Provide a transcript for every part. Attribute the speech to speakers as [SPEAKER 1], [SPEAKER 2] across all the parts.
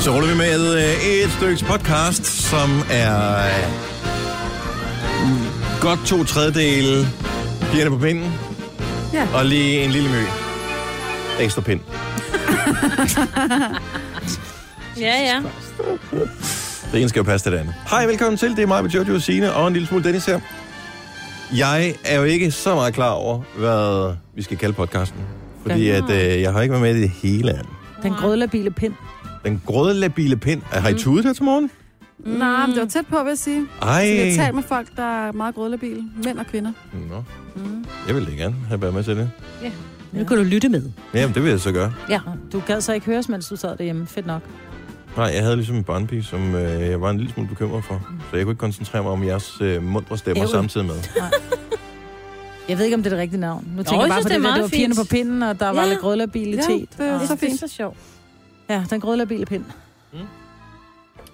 [SPEAKER 1] Så ruller vi med øh, et stykke podcast, som er øh, godt to tredjedele pigerne på pinden,
[SPEAKER 2] Ja.
[SPEAKER 1] og lige en lille my ekstra pind.
[SPEAKER 3] Ja, ja.
[SPEAKER 1] Det ene skal jo passe til det andet. Hej, velkommen til. Det er mig, Jojo, Signe og en lille smule Dennis her. Jeg er jo ikke så meget klar over, hvad vi skal kalde podcasten. Fordi at, øh, jeg har ikke været med i det hele andet.
[SPEAKER 4] Den grødlabile pind.
[SPEAKER 1] Den grødlabile pind. Er, har I tudet her til morgen?
[SPEAKER 2] Mm. Nej, men det var tæt på, vil jeg sige.
[SPEAKER 1] Ej.
[SPEAKER 2] Så vi har talt med folk, der er meget grødlabile. Mænd og kvinder.
[SPEAKER 1] Nå. Jeg vil da gerne have været med til det.
[SPEAKER 4] Nu kan du lytte med.
[SPEAKER 1] Jamen, det vil jeg så gøre.
[SPEAKER 4] Ja. Du gad så ikke høres, mens du sad derhjemme. Fedt nok.
[SPEAKER 1] Nej, jeg havde ligesom en barnpige, som øh, jeg var en lille smule bekymret for. Så jeg kunne ikke koncentrere mig om jeres øh, mundre stemmer
[SPEAKER 4] Ævl.
[SPEAKER 1] samtidig med.
[SPEAKER 4] Jeg ved ikke, om det er det rigtige navn. Nu tænker
[SPEAKER 3] jeg
[SPEAKER 4] jeg bare
[SPEAKER 3] synes,
[SPEAKER 4] på
[SPEAKER 3] det er
[SPEAKER 4] det, det, det
[SPEAKER 3] meget
[SPEAKER 4] var pigerne på
[SPEAKER 3] fint.
[SPEAKER 4] pinden, og der var
[SPEAKER 3] Ja.
[SPEAKER 4] lidt grødlabilitet.
[SPEAKER 2] Ja, det er
[SPEAKER 4] og-
[SPEAKER 2] så
[SPEAKER 3] Det er
[SPEAKER 2] fint.
[SPEAKER 3] så sjovt.
[SPEAKER 4] ja, den grødlabile pind. Det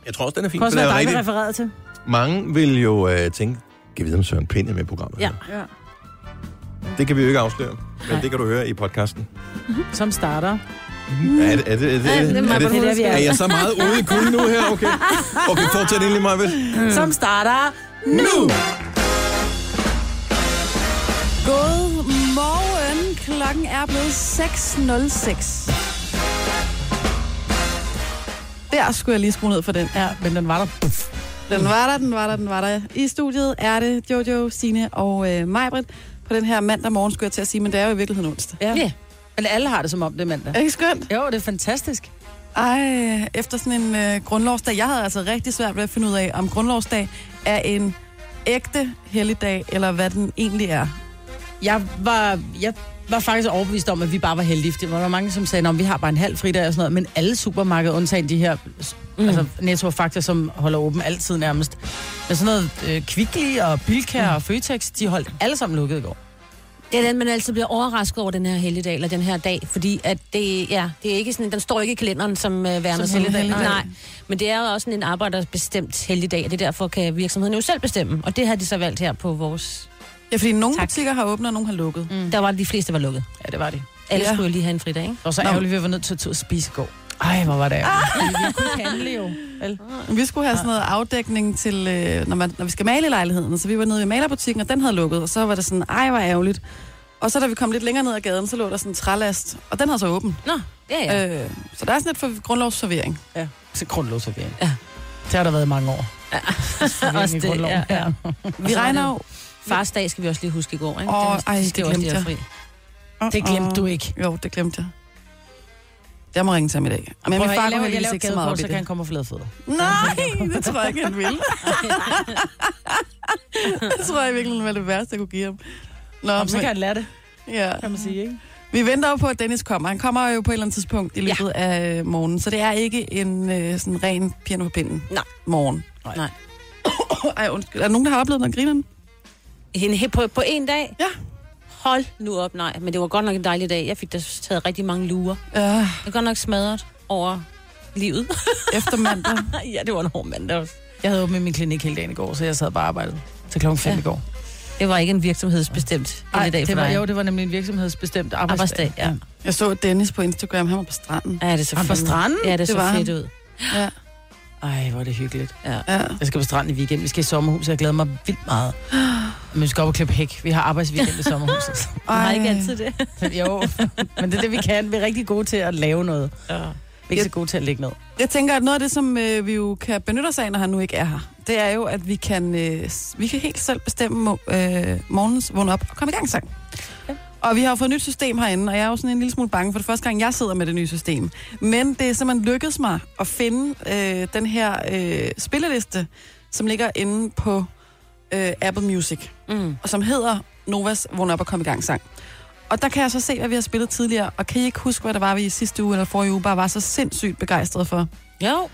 [SPEAKER 1] Jeg tror også, den er fin.
[SPEAKER 4] kunne også
[SPEAKER 1] for der
[SPEAKER 4] være
[SPEAKER 1] er
[SPEAKER 4] dig, vi
[SPEAKER 1] rigtig...
[SPEAKER 4] refererede til.
[SPEAKER 1] Mange vil jo øh, tænke, kan vi vide, om Søren Pind er med i programmet?
[SPEAKER 4] Ja.
[SPEAKER 2] Ja.
[SPEAKER 1] Det kan vi jo ikke afsløre, men
[SPEAKER 4] Nej.
[SPEAKER 1] det kan du høre i podcasten.
[SPEAKER 4] Som starter.
[SPEAKER 1] Ja, er det, er det, er det,
[SPEAKER 3] Ja, det er mig,
[SPEAKER 1] er,
[SPEAKER 4] hvor
[SPEAKER 1] det,
[SPEAKER 4] hun
[SPEAKER 1] er,
[SPEAKER 4] skal.
[SPEAKER 1] jeg så meget ude i kulden nu her? Okay, okay fortsæt endelig, Marvind.
[SPEAKER 4] Mm. Som starter.
[SPEAKER 1] Nu!
[SPEAKER 2] Godmorgen. Klokken er blevet 6.06. Der skulle jeg lige skrue ned for den.
[SPEAKER 4] Ja, men den var der.
[SPEAKER 2] Den var der, den var der, den var der. I studiet er det Jojo, Sine og øh, Majbrit. På den her mandag morgen skulle jeg til at sige, men det er jo i virkeligheden onsdag.
[SPEAKER 4] Ja. Yeah. Men alle har det som om det er mandag.
[SPEAKER 2] Er det ikke skønt?
[SPEAKER 4] Jo, det er fantastisk.
[SPEAKER 2] Ej, efter sådan en øh, grundlovsdag. Jeg havde altså rigtig svært ved at finde ud af, om grundlovsdag er en ægte helligdag, eller hvad den egentlig er.
[SPEAKER 4] Jeg var, jeg var faktisk overbevist om, at vi bare var heldige. fordi Der var mange, som sagde, at vi har bare en halv fridag og sådan noget. Men alle supermarkeder, undtagen de her mm. altså, netto og Fakta, som holder åben altid nærmest. Men sådan noget øh, Kvickly og Bilka mm. og Føtex, de holdt alle sammen lukket i går.
[SPEAKER 3] Det er den, man altid bliver overrasket over den her helligdag, eller den her dag, fordi at det, ja, det er ikke sådan, den står ikke i kalenderen som uh, værende
[SPEAKER 2] Som
[SPEAKER 3] som helligdag.
[SPEAKER 2] helligdag.
[SPEAKER 3] Nej, men det er jo også sådan en arbejderbestemt helligdag, og det er derfor kan virksomheden jo selv bestemme, og det har de så valgt her på vores...
[SPEAKER 2] Ja, fordi nogle tak. butikker har åbnet, og nogle har lukket. Mm.
[SPEAKER 3] Mm. Der var de fleste, der var lukket.
[SPEAKER 4] Ja, det var det.
[SPEAKER 3] Alle
[SPEAKER 2] Ja.
[SPEAKER 3] ja. skulle jo lige have en fridag, ikke?
[SPEAKER 4] Det var så
[SPEAKER 2] Nå.
[SPEAKER 4] ærgerligt, at vi var nødt til at, tage ud og spise i går. Ej, hvor var det ærgerligt. Vi kunne ikke handle jo. Vel?
[SPEAKER 2] Vi skulle have sådan noget afdækning til, øh, når, man, når vi skal male i lejligheden. Så vi var nede i malerbutikken, og den havde lukket, og så var det sådan, ej, hvor ærgerligt. Og så da vi kom lidt længere ned ad gaden, så lå der sådan en trælast, og den havde så åben.
[SPEAKER 3] Nå, ja, ja. Øh.
[SPEAKER 2] Ja. Øh, så der er sådan lidt for grundlovsservering.
[SPEAKER 4] Ja, så grundlovsservering.
[SPEAKER 3] Ja.
[SPEAKER 4] Det har der været i mange år. Ja.
[SPEAKER 3] Også det, ja, ja.
[SPEAKER 2] Vi
[SPEAKER 3] så var
[SPEAKER 2] regner
[SPEAKER 3] det-
[SPEAKER 2] jo...
[SPEAKER 3] Fars dag skal vi også lige huske i går, ikke?
[SPEAKER 2] Åh,
[SPEAKER 3] jo
[SPEAKER 2] ej, det
[SPEAKER 3] også lige have
[SPEAKER 2] glemte
[SPEAKER 3] fri.
[SPEAKER 4] Det glemte du ikke.
[SPEAKER 2] Jo, det glemte jeg. Jeg må ringe til ham i dag. Men
[SPEAKER 4] Prøv
[SPEAKER 2] min
[SPEAKER 4] at høre,
[SPEAKER 2] far
[SPEAKER 4] jeg
[SPEAKER 2] går
[SPEAKER 4] laver, jeg
[SPEAKER 2] heldigvis
[SPEAKER 4] laver
[SPEAKER 2] ikke så meget
[SPEAKER 4] gadekort,
[SPEAKER 2] op i
[SPEAKER 4] så kan han
[SPEAKER 2] det.
[SPEAKER 4] komme og flædefødder.
[SPEAKER 2] Nej, det tror jeg ikke, han vil. det tror jeg virkelig var det værste, jeg kunne give ham. Nå,
[SPEAKER 4] Om så kan han lære det,
[SPEAKER 2] ja.
[SPEAKER 4] kan man sige, ikke?
[SPEAKER 2] Vi venter jo på, at Dennis kommer. Han kommer jo på et eller andet tidspunkt i løbet ja. af øh, morgenen, så det er ikke en øh, sådan ren piano på pinden
[SPEAKER 3] Nej.
[SPEAKER 2] morgen.
[SPEAKER 3] Nej.
[SPEAKER 2] Ej, undskyld. Er der nogen, der har oplevet noget grineren?
[SPEAKER 3] En, he- på, på en dag?
[SPEAKER 2] Ja.
[SPEAKER 3] Hold nu op, nej. Men det var godt nok en dejlig dag. Jeg fik da taget rigtig mange lurer.
[SPEAKER 2] Øh,
[SPEAKER 3] Jeg er godt nok smadret over livet.
[SPEAKER 2] efter mandag.
[SPEAKER 3] ja, det var en hård mandag også.
[SPEAKER 4] Jeg havde åbnet min klinik hele dagen i går, så jeg sad bare og arbejdede til klokken 5
[SPEAKER 3] Ja.
[SPEAKER 4] i går.
[SPEAKER 3] Det var ikke en virksomhedsbestemt
[SPEAKER 4] Ej,
[SPEAKER 3] helligdag
[SPEAKER 4] det
[SPEAKER 3] for
[SPEAKER 4] var,
[SPEAKER 3] dig.
[SPEAKER 4] jo, det var nemlig en virksomhedsbestemt arbejdsdag.
[SPEAKER 3] Arbejdsdag, ja.
[SPEAKER 2] Jeg så Dennis på Instagram. Han var på stranden.
[SPEAKER 3] Ja, det er så
[SPEAKER 4] Han på
[SPEAKER 3] fandme-
[SPEAKER 4] stranden?
[SPEAKER 3] Ja, det,
[SPEAKER 2] Det
[SPEAKER 3] det så
[SPEAKER 2] var
[SPEAKER 3] fedt
[SPEAKER 2] han.
[SPEAKER 3] ud.
[SPEAKER 2] Ja.
[SPEAKER 4] Ej, hvor er det hyggeligt.
[SPEAKER 2] ja.
[SPEAKER 4] Jeg skal på stranden i weekend. Vi skal i sommerhus, jeg glæder mig vildt meget. Men vi skal op og klippe hæk. Vi har arbejdsweekend i sommerhuset.
[SPEAKER 3] Man har ikke altid det.
[SPEAKER 4] Så jo, men det er det, vi kan. Vi er rigtig gode til at lave noget. Vi er ikke så gode til at ligge ned.
[SPEAKER 2] Jeg tænker, at noget af det, som øh, vi jo kan benytte os af, når han nu ikke er her, det er jo, at vi kan, øh, s- vi kan helt selv bestemme mo- øh, morgens vågne op og komme i gang sang. Og vi har jo fået et nyt system herinde, og jeg er jo sådan en lille smule bange for det er første gang, jeg sidder med det nye system. Men det er simpelthen lykkedes mig at finde øh, den her øh, spilleliste, som ligger inde på øh, Apple Music,
[SPEAKER 3] Mm.
[SPEAKER 2] og som hedder Novas Vågn op og kom i gang sang. Og der kan jeg så se, hvad vi har spillet tidligere, og kan I ikke huske, hvad der var, vi i sidste uge eller forrige uge bare var så sindssygt begejstrede for?
[SPEAKER 3] Jo.
[SPEAKER 2] Hvad var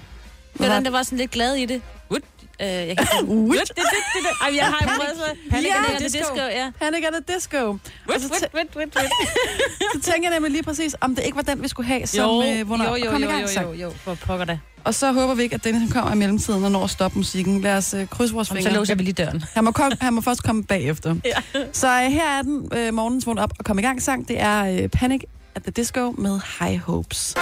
[SPEAKER 3] Hvordan der var sådan lidt glad i det. Wood. Øh, jeg kan ikke
[SPEAKER 2] Wood.
[SPEAKER 3] Wood, det, det, det, det. Ej, jeg har jo prøvet så. Panic
[SPEAKER 2] Ja,
[SPEAKER 3] ja, det
[SPEAKER 2] disco.
[SPEAKER 3] disco, ja.
[SPEAKER 2] Panic at the Disco. Og
[SPEAKER 3] Wood,
[SPEAKER 2] så,
[SPEAKER 3] wood,
[SPEAKER 2] tæ-
[SPEAKER 3] wood, wood, wood.
[SPEAKER 2] så tænker jeg nemlig lige præcis, om det ikke var den, vi skulle have, som øh, vågner op og kom i gang sang.
[SPEAKER 3] jo, for pokker da.
[SPEAKER 2] Og så håber vi ikke, at Dennis han kommer i mellemtiden og når at stoppe musikken. Lad os øh, krydse vores
[SPEAKER 3] Så
[SPEAKER 2] fingre.
[SPEAKER 3] låser vi lige døren.
[SPEAKER 2] Han må, kom, han må først komme bagefter.
[SPEAKER 3] Ja.
[SPEAKER 2] Så øh, her er den øh, morgens vågn op og kom i gang sang. Det er øh, Panic at the Disco med High Hopes.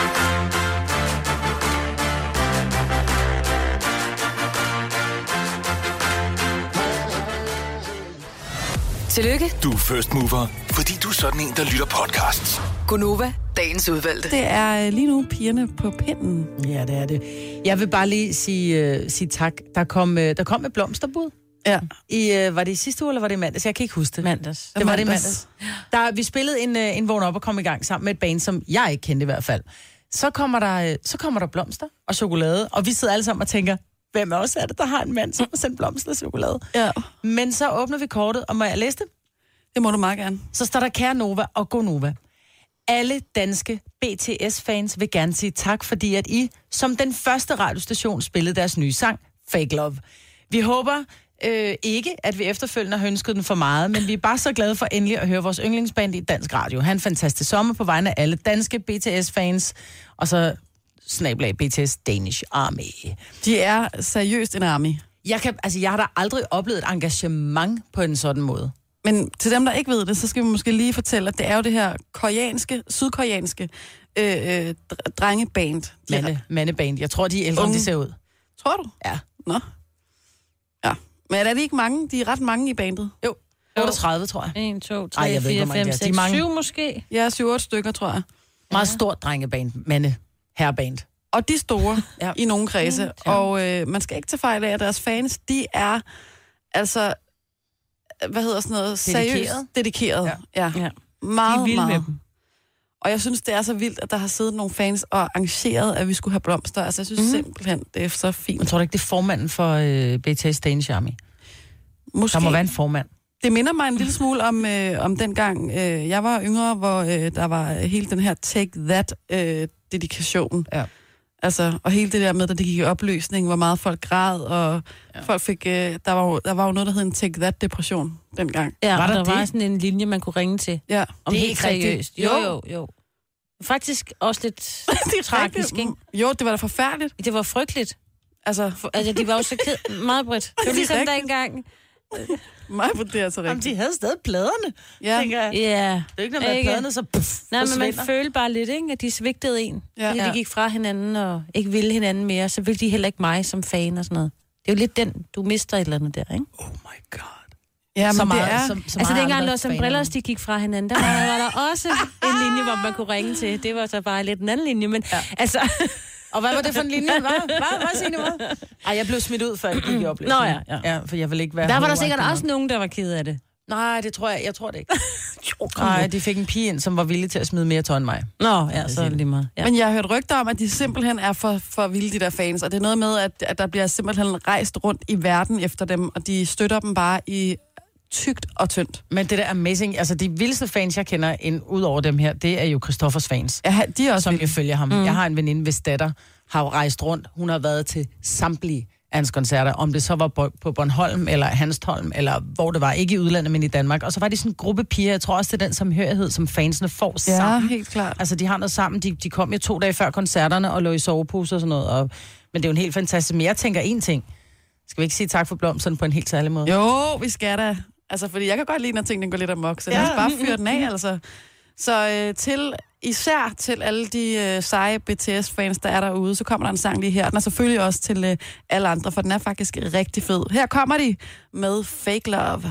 [SPEAKER 5] Tillykke,
[SPEAKER 6] Du er first mover, fordi du er sådan en, der lytter podcasts.
[SPEAKER 5] Gunova, dagens udvalgte.
[SPEAKER 2] Det er øh, lige nu pigerne på pinden.
[SPEAKER 4] Ja, det er det. Jeg vil bare lige sige, uh, sige tak. Der kom, uh, der kom et blomsterbud.
[SPEAKER 2] Ja.
[SPEAKER 4] I, uh, var det i sidste uge, eller var det i mandags? Jeg kan ikke huske det.
[SPEAKER 3] Mandags.
[SPEAKER 4] Det var det i
[SPEAKER 2] Mandags.
[SPEAKER 4] mandags. Der, vi spillede en, uh, en vågn op og kom i gang sammen med et band, som jeg ikke kendte i hvert fald. Så kommer, der, øh, så kommer der blomster og chokolade, og vi sidder alle sammen og tænker, hvem er også er det, der har en mand, som har sendt blomster og chokolade?
[SPEAKER 2] Ja.
[SPEAKER 4] Men så åbner vi kortet, og må jeg læse det?
[SPEAKER 2] Det må du meget gerne.
[SPEAKER 4] Så står der Kære Nova og Go Nova. Alle danske BTS-fans vil gerne sige tak, fordi at I som den første radiostation spillede deres nye sang, Fake Love. Vi håber øh, ikke, at vi efterfølgende har ønsket den for meget, men vi er bare så glade for endelig at høre vores yndlingsband i dansk radio. Han en fantastisk sommer på vegne af alle danske BTS-fans, og så snablag BTS Danish Army.
[SPEAKER 2] De er seriøst en army.
[SPEAKER 4] Jeg, kan, altså, jeg har da aldrig oplevet et engagement på en sådan måde.
[SPEAKER 2] Men til dem, der ikke ved det, så skal vi måske lige fortælle, at det er jo det her koreanske, sydkoreanske øh, øh, dr- drengeband. De er-
[SPEAKER 4] Mande, mandeband. Jeg tror, de er ældre, end de
[SPEAKER 2] Unge.
[SPEAKER 4] ser ud.
[SPEAKER 2] Tror du?
[SPEAKER 4] Ja.
[SPEAKER 2] Nå. Ja. Men er de ikke mange? De er ret mange i bandet.
[SPEAKER 4] Jo, 38, tror jeg.
[SPEAKER 3] 1, 2, 3,
[SPEAKER 4] Ej, jeg ved ikke,
[SPEAKER 3] 4,
[SPEAKER 4] hvor mange
[SPEAKER 3] 5,
[SPEAKER 4] det er. De er
[SPEAKER 3] 6,
[SPEAKER 4] mange.
[SPEAKER 3] 7 måske.
[SPEAKER 2] Ja, 7-8 stykker, tror jeg.
[SPEAKER 4] Meget stort drengeband, mande, herreband.
[SPEAKER 2] Og de er store ja.
[SPEAKER 4] Ja.
[SPEAKER 2] i nogle kredse. Ja. Og øh, man skal ikke tage fejl af, at deres fans, de er altså, hvad hedder sådan noget? Seriøst
[SPEAKER 4] Dedikeret.
[SPEAKER 2] dedikeret. Ja. ja.
[SPEAKER 3] Ja.
[SPEAKER 2] Meget,
[SPEAKER 4] De er vilde
[SPEAKER 2] meget.
[SPEAKER 4] med dem.
[SPEAKER 2] Og jeg synes, det er så vildt, at der har siddet nogle fans og arrangeret, at vi skulle have blomster. Altså, jeg synes mm. simpelthen, det er så
[SPEAKER 4] Man
[SPEAKER 2] fint.
[SPEAKER 4] tror da ikke, det er formanden for øh, BTS Danish Army.
[SPEAKER 2] Måske.
[SPEAKER 4] Der må være en formand.
[SPEAKER 2] Det minder mig en lille smule om, øh, om dengang øh, jeg var yngre, hvor øh, der var hele den her Take That-dedikation.
[SPEAKER 4] Ja.
[SPEAKER 2] Altså, og hele det der med, at det gik i opløsning, hvor meget folk græd, og ja. folk fik... Øh, der, var jo, der var jo noget, der hed en Take That-depression dengang.
[SPEAKER 3] Ja,
[SPEAKER 4] Var
[SPEAKER 3] var der,
[SPEAKER 4] der
[SPEAKER 3] der var
[SPEAKER 4] det?
[SPEAKER 3] sådan en linje, man kunne ringe til.
[SPEAKER 2] Ja.
[SPEAKER 3] Om
[SPEAKER 4] Det er
[SPEAKER 3] det
[SPEAKER 4] ikke
[SPEAKER 3] helt
[SPEAKER 4] rigtigt.
[SPEAKER 3] seriøst. Jo,
[SPEAKER 4] Jo.
[SPEAKER 3] jo, jo. Faktisk også lidt
[SPEAKER 2] det er
[SPEAKER 3] tragisk, ikke?
[SPEAKER 2] Jo, det var da forfærdeligt.
[SPEAKER 3] Det var frygteligt.
[SPEAKER 2] Altså,
[SPEAKER 3] For, altså, de var jo så ked... Meget bredt. Det
[SPEAKER 2] Det er
[SPEAKER 3] var ligesom
[SPEAKER 2] rigtigt.
[SPEAKER 3] dengang.
[SPEAKER 2] mig på det er så rigtigt.
[SPEAKER 4] havde stadig pladerne,
[SPEAKER 2] Ja,
[SPEAKER 4] jeg.
[SPEAKER 3] Ja. Yeah.
[SPEAKER 4] Det er ikke
[SPEAKER 3] noget med, at pladerne
[SPEAKER 4] så puff,
[SPEAKER 3] Nej, men man følte bare lidt, ikke, at de svigtede en.
[SPEAKER 2] Ja.
[SPEAKER 3] Ja. Fordi
[SPEAKER 2] Ja.
[SPEAKER 3] de gik fra hinanden og ikke ville hinanden mere. Så ville de heller ikke mig som fan og sådan noget. Det er jo lidt den, du mister et eller andet der, ikke?
[SPEAKER 4] Oh my god.
[SPEAKER 2] ja
[SPEAKER 4] så
[SPEAKER 2] men det
[SPEAKER 4] meget,
[SPEAKER 2] er...
[SPEAKER 4] så, så
[SPEAKER 3] altså
[SPEAKER 4] meget
[SPEAKER 3] dengang
[SPEAKER 4] andre
[SPEAKER 3] Los
[SPEAKER 4] faner.
[SPEAKER 3] Umbrellas, de gik fra hinanden, der var, var der også en linje, hvor man kunne ringe til. Det var så bare lidt en anden linje, men ja. altså...
[SPEAKER 4] Og hvad var det for en linje? Hvad, hvad, hvad Signe, hvad? Ej, jeg blev smidt ud, før jeg gik i oplevelsen.
[SPEAKER 3] Nå ja, ja.
[SPEAKER 4] ja. for jeg vil ikke være...
[SPEAKER 3] Der var der
[SPEAKER 4] hovedagtig
[SPEAKER 3] sikkert
[SPEAKER 4] nok.
[SPEAKER 3] også nogen, der var ked af det.
[SPEAKER 4] Nej, det tror jeg, jeg tror det ikke.
[SPEAKER 3] Jo, kom
[SPEAKER 4] Nej,
[SPEAKER 3] nu.
[SPEAKER 4] de fik en pige ind, som var villig til at smide mere tøj end mig.
[SPEAKER 3] Nå, ja, så er det lige meget. Ja.
[SPEAKER 2] Men jeg har hørt rygter om, at de simpelthen er for, for vilde, de der fans. Og det er noget med, at, at der bliver simpelthen rejst rundt i verden efter dem, og de støtter dem bare i tykt og tyndt.
[SPEAKER 4] Men det der er amazing, altså de vildeste fans, jeg kender, ind ud over dem her, det er jo Christoffers fans.
[SPEAKER 2] Ja, han- de er også
[SPEAKER 4] som
[SPEAKER 2] vilde.
[SPEAKER 4] jeg følger ham. Mm. Jeg har en veninde, hvis datter har jo rejst rundt. Hun har været til samtlige af hans koncerter, om det så var bo- på Bornholm eller Hanstholm, eller hvor det var, ikke i udlandet, men i Danmark. Og så var de sådan en gruppe piger, jeg tror også, det er den samhørighed, som fansene får ja.
[SPEAKER 2] Ja,
[SPEAKER 4] sammen.
[SPEAKER 2] helt klart.
[SPEAKER 4] Altså, de har noget sammen. De, de kom jo to dage før koncerterne og lå i soveposer og sådan noget. Og, men det er jo en helt fantastisk... Men jeg tænker én ting. Skal vi ikke sige tak for blomsterne på en helt særlig måde?
[SPEAKER 2] Jo, vi skal da. Altså, fordi jeg kan godt lide, når tingene går lidt amok, så ja.
[SPEAKER 4] Ja.
[SPEAKER 2] lad os bare fyre den af, altså. Så øh, til, især til alle de øh, seje BTS-fans, der er derude, så kommer der en sang lige her. Den er selvfølgelig også til øh, alle andre, for den er faktisk rigtig fed. Her kommer de med Fake Love.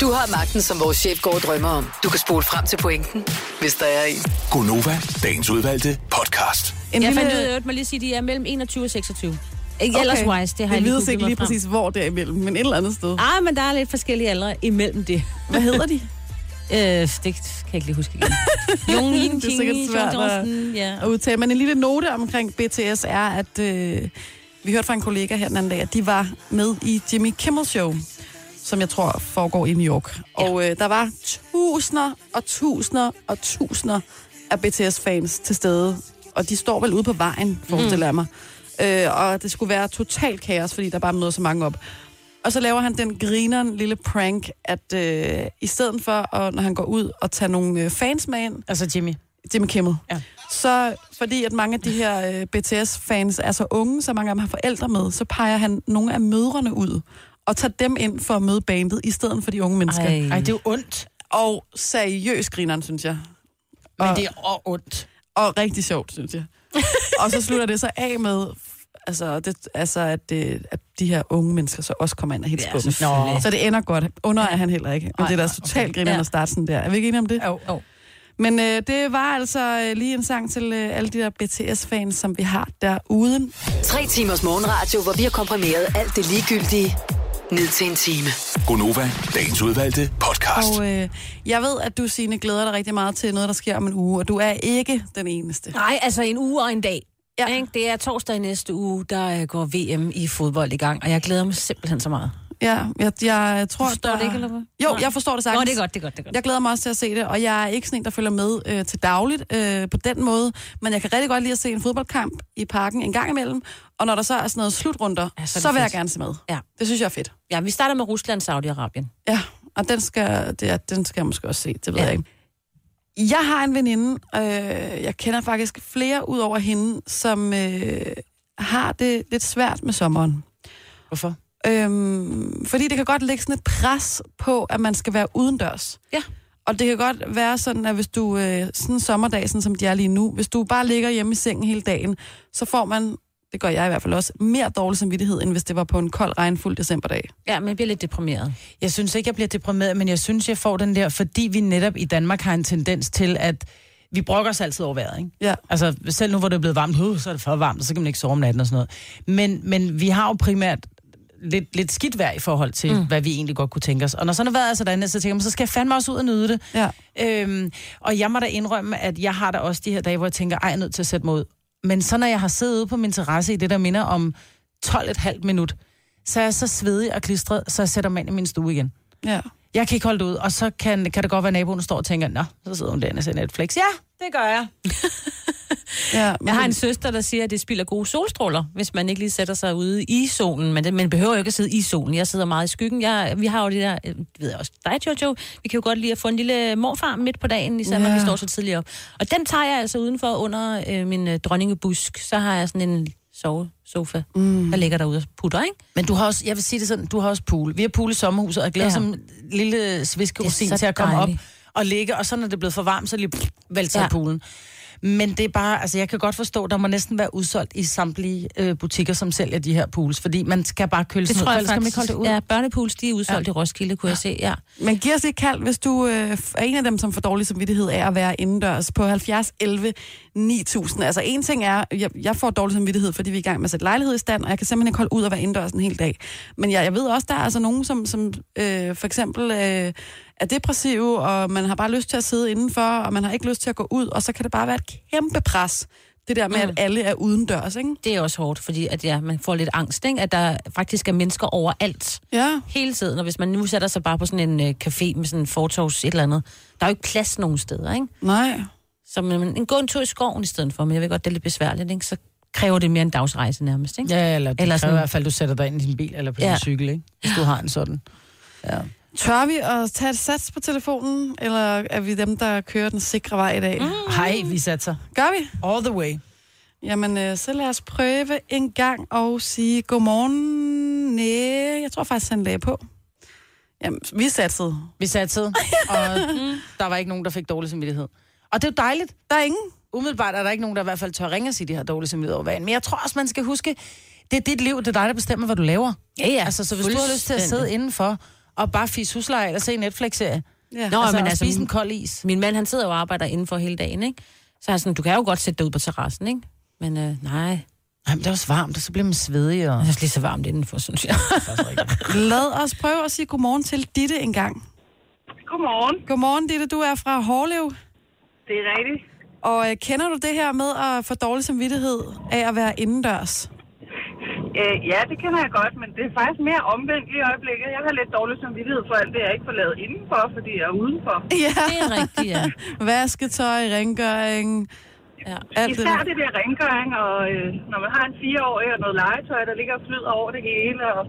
[SPEAKER 5] Du har magten, som vores chef går og drømmer om. Du kan spole frem til pointen, hvis der er en.
[SPEAKER 6] Gonova, dagens udvalgte podcast.
[SPEAKER 2] En
[SPEAKER 3] Jeg
[SPEAKER 2] lille-
[SPEAKER 3] fandt ud af, at man lige sige, at de er mellem 21 og 26. Ikke okay. ellers wise, det har jeg
[SPEAKER 2] det
[SPEAKER 3] lige
[SPEAKER 2] vides
[SPEAKER 3] googlet
[SPEAKER 2] ikke
[SPEAKER 3] mig
[SPEAKER 2] lige
[SPEAKER 3] frem.
[SPEAKER 2] præcis, hvor det er imellem, men et eller andet sted.
[SPEAKER 3] Ah, men der er lidt forskellige aldre imellem det.
[SPEAKER 2] Hvad hedder de?
[SPEAKER 3] Øh, det kan jeg ikke lige huske igen. Jung Yin
[SPEAKER 2] Det er
[SPEAKER 3] Ting,
[SPEAKER 2] sikkert
[SPEAKER 3] Jung
[SPEAKER 2] svært at-
[SPEAKER 3] Johnson, ja.
[SPEAKER 2] At udtale. Men en lille note omkring BTS er, at øh, vi hørte fra en kollega her den anden dag, at de var med i Jimmy Kimmel Show, som jeg tror foregår i New York. Og øh, der var tusinder og tusinder og tusinder af BTS-fans til stede. Og de står vel ude på vejen, forestiller jeg mig. Øh, og det skulle være totalt kaos, fordi der bare møder så mange op. Og så laver han den grineren lille prank, at øh, i stedet for, at, når han går ud og tager nogle øh, fans med ind,
[SPEAKER 4] Altså, Jimmy.
[SPEAKER 2] Jimmy Kimmel.
[SPEAKER 4] Ja.
[SPEAKER 2] Så fordi at mange af de her øh, BTS-fans er så unge, så mange af dem har forældre med, så peger han nogle af mødrene ud og tager dem ind for at møde bandet, i stedet for de unge mennesker. Ej.
[SPEAKER 4] Ej, det er jo ondt.
[SPEAKER 2] Og seriøst grineren, synes jeg.
[SPEAKER 4] Men
[SPEAKER 2] Og-
[SPEAKER 4] det er også ondt.
[SPEAKER 2] Og rigtig sjovt, synes jeg. og så slutter det så af med, Altså, og det, altså at, det, at de her unge mennesker så også kommer ind og hilser
[SPEAKER 3] Ja,
[SPEAKER 2] på dem.
[SPEAKER 3] selvfølgelig.
[SPEAKER 2] Så det ender godt. Under er han heller ikke. Men
[SPEAKER 3] Nej,
[SPEAKER 2] det er da
[SPEAKER 3] nej,
[SPEAKER 2] totalt
[SPEAKER 3] okay.
[SPEAKER 2] okay. griner
[SPEAKER 3] Ja.
[SPEAKER 2] at starte sådan der. Er vi ikke enige om det?
[SPEAKER 3] Jo. jo.
[SPEAKER 2] Men øh, det var altså øh, lige en sang til øh, alle de der BTS-fans, som vi har derude.
[SPEAKER 5] Tre timers morgenradio, hvor vi har komprimeret alt det ligegyldige ned til en time.
[SPEAKER 6] Gonova, dagens udvalgte podcast.
[SPEAKER 2] Og øh, jeg ved, at du, Signe, glæder dig rigtig meget til noget, der sker om en uge, og du er ikke den eneste.
[SPEAKER 3] Nej, altså en uge og en dag.
[SPEAKER 2] Ja.
[SPEAKER 3] Ja. Ikke? Det er torsdag i næste uge, der øh, går VM i fodbold i gang, og jeg glæder mig simpelthen så meget.
[SPEAKER 2] Ja, jeg, jeg tror,
[SPEAKER 3] Forstår
[SPEAKER 2] der...
[SPEAKER 3] det ikke, eller hvad?
[SPEAKER 2] Jo,
[SPEAKER 3] Nej.
[SPEAKER 2] jeg forstår det
[SPEAKER 3] Nå,
[SPEAKER 2] sagtens.
[SPEAKER 3] det er godt, det er godt, det er godt.
[SPEAKER 2] Jeg glæder mig også til at se det, og jeg er ikke sådan en, der følger med øh, til dagligt øh, på den måde, men jeg kan rigtig godt lide at se en fodboldkamp i parken en gang imellem, og når der så er sådan noget slutrunder, ja,
[SPEAKER 3] Ja,
[SPEAKER 2] så,
[SPEAKER 3] så er det
[SPEAKER 2] så vil jeg
[SPEAKER 3] fedt.
[SPEAKER 2] gerne se med.
[SPEAKER 3] Ja.
[SPEAKER 2] Det synes jeg er fedt.
[SPEAKER 3] Ja, vi starter med Rusland Saudi-Arabien.
[SPEAKER 2] Ja, og den skal, det er, den skal jeg måske også se, det ved ja.
[SPEAKER 3] Ja.
[SPEAKER 2] jeg ikke. Jeg har en veninde, øh, jeg kender faktisk flere ud over hende, som øh, har det lidt svært med sommeren.
[SPEAKER 4] Hvorfor?
[SPEAKER 2] Øhm, fordi det kan godt lægge sådan et pres på, at man skal være udendørs.
[SPEAKER 3] Ja.
[SPEAKER 2] Og det kan godt være sådan, at hvis du, øh, sådan en sommerdag, sådan som de er lige nu, hvis du bare ligger hjemme i sengen hele dagen, så får man, det gør jeg i hvert fald også, mere dårlig samvittighed, end hvis det var på en kold, regnfuld decemberdag.
[SPEAKER 3] Ja, men jeg bliver lidt deprimeret.
[SPEAKER 4] Jeg synes ikke, jeg bliver deprimeret, men jeg synes, jeg får den der, fordi vi netop i Danmark har en tendens til, at vi brokker os altid over vejret, ikke?
[SPEAKER 2] Ja.
[SPEAKER 4] Altså, selv nu, hvor det er blevet varmt, uh, så er det for varmt, og så kan man ikke sove om natten og sådan noget. Men, men vi har jo primært lidt, lidt skidt vejr i forhold til, mm. hvad vi egentlig godt kunne tænke os. Og når sådan har været altså derinde, så tænker man, så skal jeg fandme også ud og nyde det.
[SPEAKER 2] Ja.
[SPEAKER 4] Øhm, og jeg må da indrømme, at jeg har da også de her dage, hvor jeg tænker, ej, jeg er nødt til at sætte mig ud. Men så når jeg har siddet ude på min terrasse i det, der minder om 12,5 minut, så er jeg så svedig og klistret, så jeg sætter mig ind i min stue igen.
[SPEAKER 2] Ja.
[SPEAKER 4] Jeg kan ikke holde det ud, og så kan, kan det godt være, at naboen står og tænker, nå, så sidder hun derinde og ser Netflix. Ja, det gør jeg.
[SPEAKER 2] ja men
[SPEAKER 3] Jeg har en søster, der siger, at det spilder gode solstråler, hvis man ikke lige sætter sig ude i solen. Men det, man behøver jo ikke at sidde i solen. Jeg sidder meget i skyggen. Jeg, vi har jo det der, øh, det ved jeg også dig, Jojo. Vi kan jo godt lide at få en lille morfar midt på dagen, især når
[SPEAKER 2] Ja.
[SPEAKER 3] vi står så tidligt op. Og den tager jeg altså udenfor under øh, min øh, dronningebusk. Så har jeg sådan en sovesofa, mm. der ligger derude og putter, ikke?
[SPEAKER 4] Men du har også, jeg vil sige det sådan, du har også pool. Vi har pool i sommerhuset, og jeg glæder
[SPEAKER 3] Ja.
[SPEAKER 4] ja. som lille
[SPEAKER 3] Det
[SPEAKER 4] sviskerosin
[SPEAKER 3] er så
[SPEAKER 4] til at komme
[SPEAKER 3] dejligt.
[SPEAKER 4] op og ligge, og så når det er blevet for varmt, så lige pff, vælter ja.
[SPEAKER 3] Ja.
[SPEAKER 4] poolen. Men det er bare, altså jeg kan godt forstå, der må næsten være udsolgt i samtlige øh, butikker, som sælger de her pools, fordi man skal bare køle
[SPEAKER 3] Det
[SPEAKER 4] sig ned,
[SPEAKER 3] tror jeg
[SPEAKER 4] ellers kan man
[SPEAKER 3] faktisk.
[SPEAKER 4] ikke holde det ud.
[SPEAKER 3] Ja, børnepools, de er udsolgt ja. i Roskilde, kunne ja. jeg se. Ja.
[SPEAKER 2] Men giv os et kald, hvis du øh, f- er en af dem, som får dårlig samvittighed af at være indendørs på 70 11 9000. Altså en ting er, jeg, jeg får dårlig samvittighed, fordi vi er i gang med at sætte lejlighed i stand, og jeg kan simpelthen ikke holde ud og være indendørs en hel dag. Men jeg, jeg ved også, der er altså nogen, som, som øh, for eksempel øh, er depressive, og man har bare lyst til at sidde indenfor, og man har ikke lyst til at gå ud, og så kan det bare være et kæmpe pres, det der med, mm.
[SPEAKER 3] Mm.
[SPEAKER 2] at alle er udendørs, ikke?
[SPEAKER 3] Det er også hårdt, fordi at, ja, man får lidt angst, ikke? at der faktisk er mennesker overalt.
[SPEAKER 2] Ja.
[SPEAKER 3] hele tiden, og hvis man nu sætter sig bare på sådan en øh, café med sådan en fortovs et eller andet, der er jo ikke plads nogen steder, ikke?
[SPEAKER 2] Nej.
[SPEAKER 3] Så man, man, en gå en tur i skoven i stedet for, men jeg ved godt, det er lidt besværligt, ikke? Så kræver det mere en dagsrejse nærmest, ikke?
[SPEAKER 4] Ja, eller, det
[SPEAKER 3] Eller
[SPEAKER 4] eller
[SPEAKER 3] sådan-
[SPEAKER 4] i hvert fald, du sætter dig ind i din bil eller på ja.
[SPEAKER 3] Ja.
[SPEAKER 4] din cykel, ikke? hvis du har en sådan. Ja.
[SPEAKER 2] Tør vi at tage et sats på telefonen, eller er vi dem, der kører den sikre vej i dag? Mm.
[SPEAKER 4] Hej, vi satser.
[SPEAKER 2] Gør vi?
[SPEAKER 4] All the way.
[SPEAKER 2] Jamen, øh, så lad os prøve en gang og sige godmorgen. Næh, jeg tror faktisk, han lagde på. Jamen, vi satsede.
[SPEAKER 4] Vi satsede, og der var ikke nogen, der fik dårlig samvittighed. Og det er jo dejligt.
[SPEAKER 2] Der er ingen.
[SPEAKER 4] umiddelbart er der ikke nogen, der i hvert fald tør ringe og sige, de har dårlig samvittighed over vejen. Men jeg tror også, man skal huske, det er dit liv, det er dig, der bestemmer, hvad du laver.
[SPEAKER 3] Ja, ja.
[SPEAKER 4] Altså, så hvis du har lyst til at sidde indenfor og bare fisse husleje eller se en Netflix-serie,
[SPEAKER 2] Ja.
[SPEAKER 3] Nå,
[SPEAKER 2] Nå,
[SPEAKER 4] altså,
[SPEAKER 3] men
[SPEAKER 4] men
[SPEAKER 3] altså-
[SPEAKER 4] altså, spise en kold is.
[SPEAKER 3] Min mand, han sidder jo og arbejder indenfor hele dagen, ikke? Så han sådan, du kan jo godt sætte dig ud på terrassen, ikke? Men øh, nej,
[SPEAKER 4] Nej, men det er også varmt, og så bliver man svedig. Og...
[SPEAKER 3] det er også lige så varmt indenfor, synes jeg.
[SPEAKER 2] lad os prøve at sige godmorgen til Ditte en gang.
[SPEAKER 7] Godmorgen,
[SPEAKER 2] Godmorgen, Ditte. Du er fra Hårlev.
[SPEAKER 7] det er rigtigt.
[SPEAKER 2] Og øh, kender du det her med at få dårlig samvittighed af at være indendørs?
[SPEAKER 7] Øh, ja, det kender jeg godt, men det er faktisk mere omvendt lige i øjeblikket. Jeg har lidt dårlig samvittighed for alt det, jeg ikke får lavet indenfor, fordi jeg er udenfor.
[SPEAKER 2] Ja.
[SPEAKER 3] Det er rigtigt, ja.
[SPEAKER 2] Vasketøj, rengøring.
[SPEAKER 3] ja.
[SPEAKER 2] Alt det
[SPEAKER 7] Især
[SPEAKER 2] der.
[SPEAKER 7] det der rengøring, og øh, når man har en fireårig og noget legetøj, der ligger og flyder over det hele, og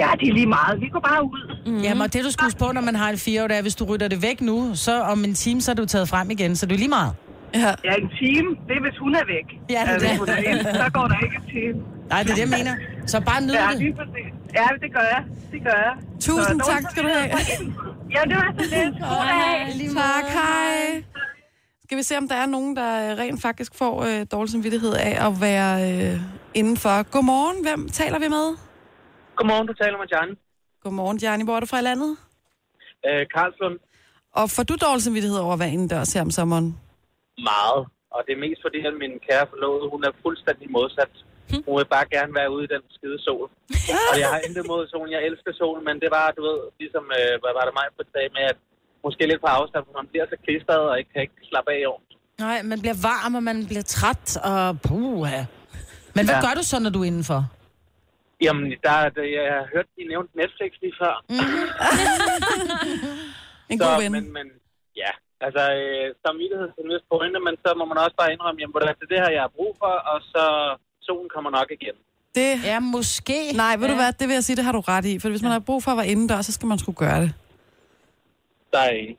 [SPEAKER 7] ja, det er lige meget. Vi går bare ud.
[SPEAKER 4] Mm-hmm. Jamen, og det du skulle spørge, når man har en fire år, hvis du rytter det væk nu, så om en time, så er du taget frem igen, så det er lige meget.
[SPEAKER 2] Ja.
[SPEAKER 7] Ja, en time, det er, hvis hun er væk.
[SPEAKER 4] Ja, det er
[SPEAKER 7] hvis
[SPEAKER 4] det.
[SPEAKER 7] hun er inde, så går der ikke en time.
[SPEAKER 4] Nej, det er det, jeg mener. Så bare nyd
[SPEAKER 7] Ja,
[SPEAKER 4] det.
[SPEAKER 7] lige præcis. Ja, det gør jeg. Det gør jeg.
[SPEAKER 2] Tusind
[SPEAKER 7] dårlig
[SPEAKER 2] tak skal du have.
[SPEAKER 7] samvittighed. Ja, det var så lidt. God dag.
[SPEAKER 2] Tak, hej. Skal vi se, om der er nogen, der øh, rent faktisk får øh, dårlig samvittighed af at være øh, indenfor. Godmorgen, hvem taler vi med?
[SPEAKER 8] Godmorgen, du taler med Jan.
[SPEAKER 2] Godmorgen, Bjarne, hvor er du fra i landet?
[SPEAKER 8] Øh, Karlslund.
[SPEAKER 2] Og får du dårlig samvittighed over at være indendørs her om sommeren?
[SPEAKER 8] Meget. Og det er mest fordi, at min kære forlovede, hun er fuldstændig modsat.
[SPEAKER 2] Hm.
[SPEAKER 8] Hun vil bare gerne være ude i den skide sol. og jeg har intet mod solen. Jeg elsker solen, men det var, du ved, ligesom, øh, hvad var det mig på dag med, at måske lidt på afstand, for man bliver så klistret og ikke kan ikke slappe af ordentligt.
[SPEAKER 4] Nej, man bliver varm, og man bliver træt, og puha. Men hvad
[SPEAKER 8] Ja.
[SPEAKER 4] gør du så, når du er indenfor?
[SPEAKER 8] Jamen, der, der, jeg har hørt, de nævnte Netflix lige før.
[SPEAKER 2] En
[SPEAKER 8] Så,
[SPEAKER 2] Mm, god ven.
[SPEAKER 8] men, men, ja, altså, øh, samvittighed til en vis pointe, men så må man også bare indrømme, jamen, det er det her, jeg har brug for, og så solen kommer nok igen.
[SPEAKER 2] Det,
[SPEAKER 4] Ja, måske.
[SPEAKER 2] nej, ved du hvad, det vil jeg sige, det har du ret i. For hvis man har brug for at være indendørs, så skal man sgu gøre det.
[SPEAKER 8] Der er en.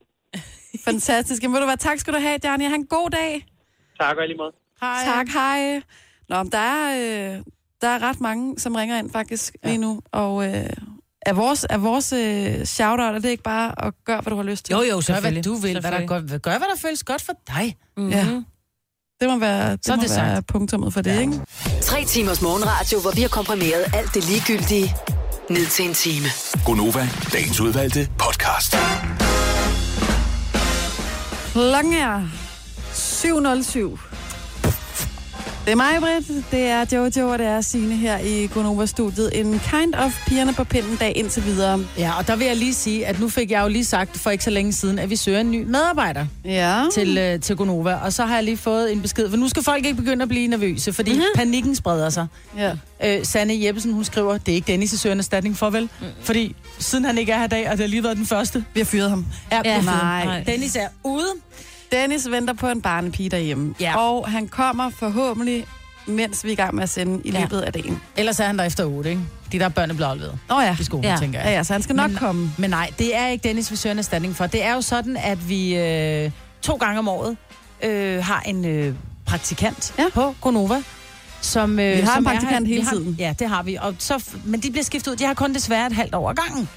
[SPEAKER 2] Fantastisk. Jamen, ved du hvad, tak skal du have, Bjarne. Ha' en god dag.
[SPEAKER 8] Tak og i lige måde.
[SPEAKER 4] Hej.
[SPEAKER 2] Tak, hej. Nå, men der er, øh, der er ret mange, som ringer ind faktisk lige nu, og øh, er vores, er vores øh, shout-out, er det ikke bare at gøre, hvad du har lyst til?
[SPEAKER 3] Jo, jo,
[SPEAKER 4] Gør, hvad
[SPEAKER 3] selvfølgelig.
[SPEAKER 4] du vil. Hvad der gør, gør, hvad der føles godt Mhm. for dig.
[SPEAKER 2] Ja. Det må være, det
[SPEAKER 4] Så er
[SPEAKER 2] må
[SPEAKER 4] det sagt.
[SPEAKER 2] være punktummet for det, ja. ikke?
[SPEAKER 5] Tre timers morgenradio, hvor vi har komprimeret alt det ligegyldige ned til en time.
[SPEAKER 6] Gonova, dagens udvalgte podcast.
[SPEAKER 2] Klokken er 7.07. Det er mig, Britt, det er Jojo, og det er Signe her i Gonova-studiet. En kind of pigerne på pinden dag indtil videre.
[SPEAKER 4] Ja, og der vil jeg lige sige, at nu fik jeg jo lige sagt for ikke så længe siden, at vi søger en ny medarbejder
[SPEAKER 2] Ja.
[SPEAKER 4] til, øh, til Gonova. Og så har jeg lige fået en besked, for nu skal folk ikke begynde at blive nervøse, fordi mm-hmm. panikken spreder sig.
[SPEAKER 2] ja.
[SPEAKER 4] Øh, Sanne Jeppesen, hun skriver, det er ikke Dennis, der søger en erstatning for, vel? Mm-hmm. Fordi siden han ikke er her i dag, og det har lige været den første.
[SPEAKER 2] Vi har fyret ham.
[SPEAKER 4] Ja,
[SPEAKER 3] Ja.
[SPEAKER 2] Nej.
[SPEAKER 3] Nej.
[SPEAKER 4] Dennis er ude.
[SPEAKER 2] Dennis venter på en barnepige derhjemme.
[SPEAKER 4] Ja.
[SPEAKER 2] Og han kommer forhåbentlig, mens vi er i gang med at sende i
[SPEAKER 3] Ja.
[SPEAKER 2] løbet af dagen.
[SPEAKER 4] Ellers er han der efter 8, ikke? De der børn er blevet afleveret
[SPEAKER 2] Nå ja.
[SPEAKER 4] i skolen, ja.
[SPEAKER 3] Ja.
[SPEAKER 4] tænker jeg.
[SPEAKER 2] Ja, ja, så han skal nok
[SPEAKER 4] Men-
[SPEAKER 2] komme.
[SPEAKER 4] Men nej, det er ikke Dennis, vi søger en erstatning for. Det er jo sådan, at vi øh, to gange om året øh, har en øh, praktikant
[SPEAKER 2] Ja.
[SPEAKER 4] ja. på Gonova. Som, øh,
[SPEAKER 2] Vi har en
[SPEAKER 4] som er
[SPEAKER 2] praktikant
[SPEAKER 4] her-
[SPEAKER 2] hele
[SPEAKER 4] vi har-
[SPEAKER 2] tiden.
[SPEAKER 4] Ja, det har vi. Og så, f- men de bliver skiftet ud. De har kun desværre et halvt år ad gangen.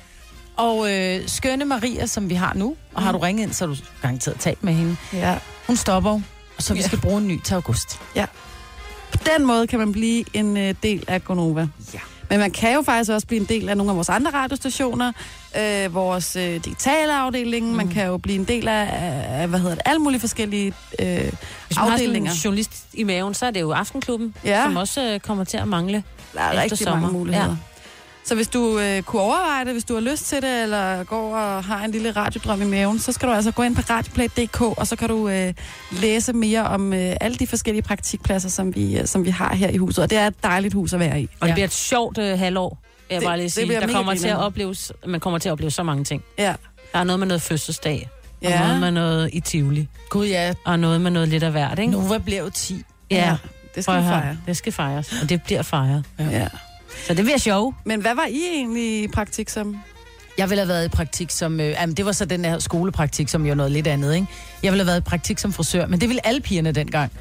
[SPEAKER 4] Og øh, skønne Maria, som vi har nu, og
[SPEAKER 2] Mm.
[SPEAKER 4] har du ringet ind, så har du garanteret talt med hende.
[SPEAKER 2] Ja.
[SPEAKER 4] Hun stopper jo, så vi skal bruge en ny til august.
[SPEAKER 2] På den måde kan man blive en øh, del af Gonova.
[SPEAKER 4] Ja.
[SPEAKER 2] Men man kan jo faktisk også blive en del af nogle af vores andre radiostationer, øh, vores øh, digitale afdeling, mm. man kan jo blive en del af, af- af hvad hedder det, alle mulige forskellige øh,
[SPEAKER 3] Hvis man
[SPEAKER 2] afdelinger.
[SPEAKER 3] har sådan en journalist i maven, så er det jo Aftenklubben,
[SPEAKER 2] Ja.
[SPEAKER 3] ja. som også øh, kommer til at mangle.
[SPEAKER 2] Der er
[SPEAKER 3] efter
[SPEAKER 2] rigtig
[SPEAKER 3] sommer.
[SPEAKER 2] mange muligheder. Ja.
[SPEAKER 3] Ja.
[SPEAKER 2] Så hvis du øh, kunne overveje det, hvis du har lyst til det, eller går og har en lille radiodrøm i maven, så skal du altså gå ind på radioplay.dk, og så kan du øh, læse mere om øh, alle de forskellige praktikpladser, som vi, øh, som vi har her i huset. Og det er et dejligt hus at være i.
[SPEAKER 3] Og
[SPEAKER 4] Ja.
[SPEAKER 3] det bliver et sjovt øh, halvår, vil jeg
[SPEAKER 2] Det-
[SPEAKER 3] bare lige
[SPEAKER 2] det
[SPEAKER 3] sige.
[SPEAKER 2] bliver
[SPEAKER 3] Der
[SPEAKER 2] mega
[SPEAKER 3] kommer til at
[SPEAKER 2] grineren.
[SPEAKER 3] opleve, s- man kommer til at opleve så mange ting.
[SPEAKER 2] Ja.
[SPEAKER 3] Der er noget med noget fødselsdag, og
[SPEAKER 2] Ja.
[SPEAKER 3] noget med noget i Tivoli,
[SPEAKER 4] Gud ja,
[SPEAKER 3] og noget med noget lidt af hvert, ikke?
[SPEAKER 4] Nova bliver jo 10.
[SPEAKER 3] Ja,
[SPEAKER 2] Det skal
[SPEAKER 3] prøv
[SPEAKER 2] vi
[SPEAKER 3] at høre.
[SPEAKER 2] fejre.
[SPEAKER 3] Det skal fejres, og det bliver fejret.
[SPEAKER 2] Ja.
[SPEAKER 3] Så det bliver sjovt.
[SPEAKER 2] Men hvad var I egentlig i praktik som?
[SPEAKER 4] Jeg ville have været i praktik som... Øh, jamen, det var så den her skolepraktik, som jo er noget lidt andet, ikke? Jeg ville have været i praktik som frisør, men det ville alle pigerne dengang.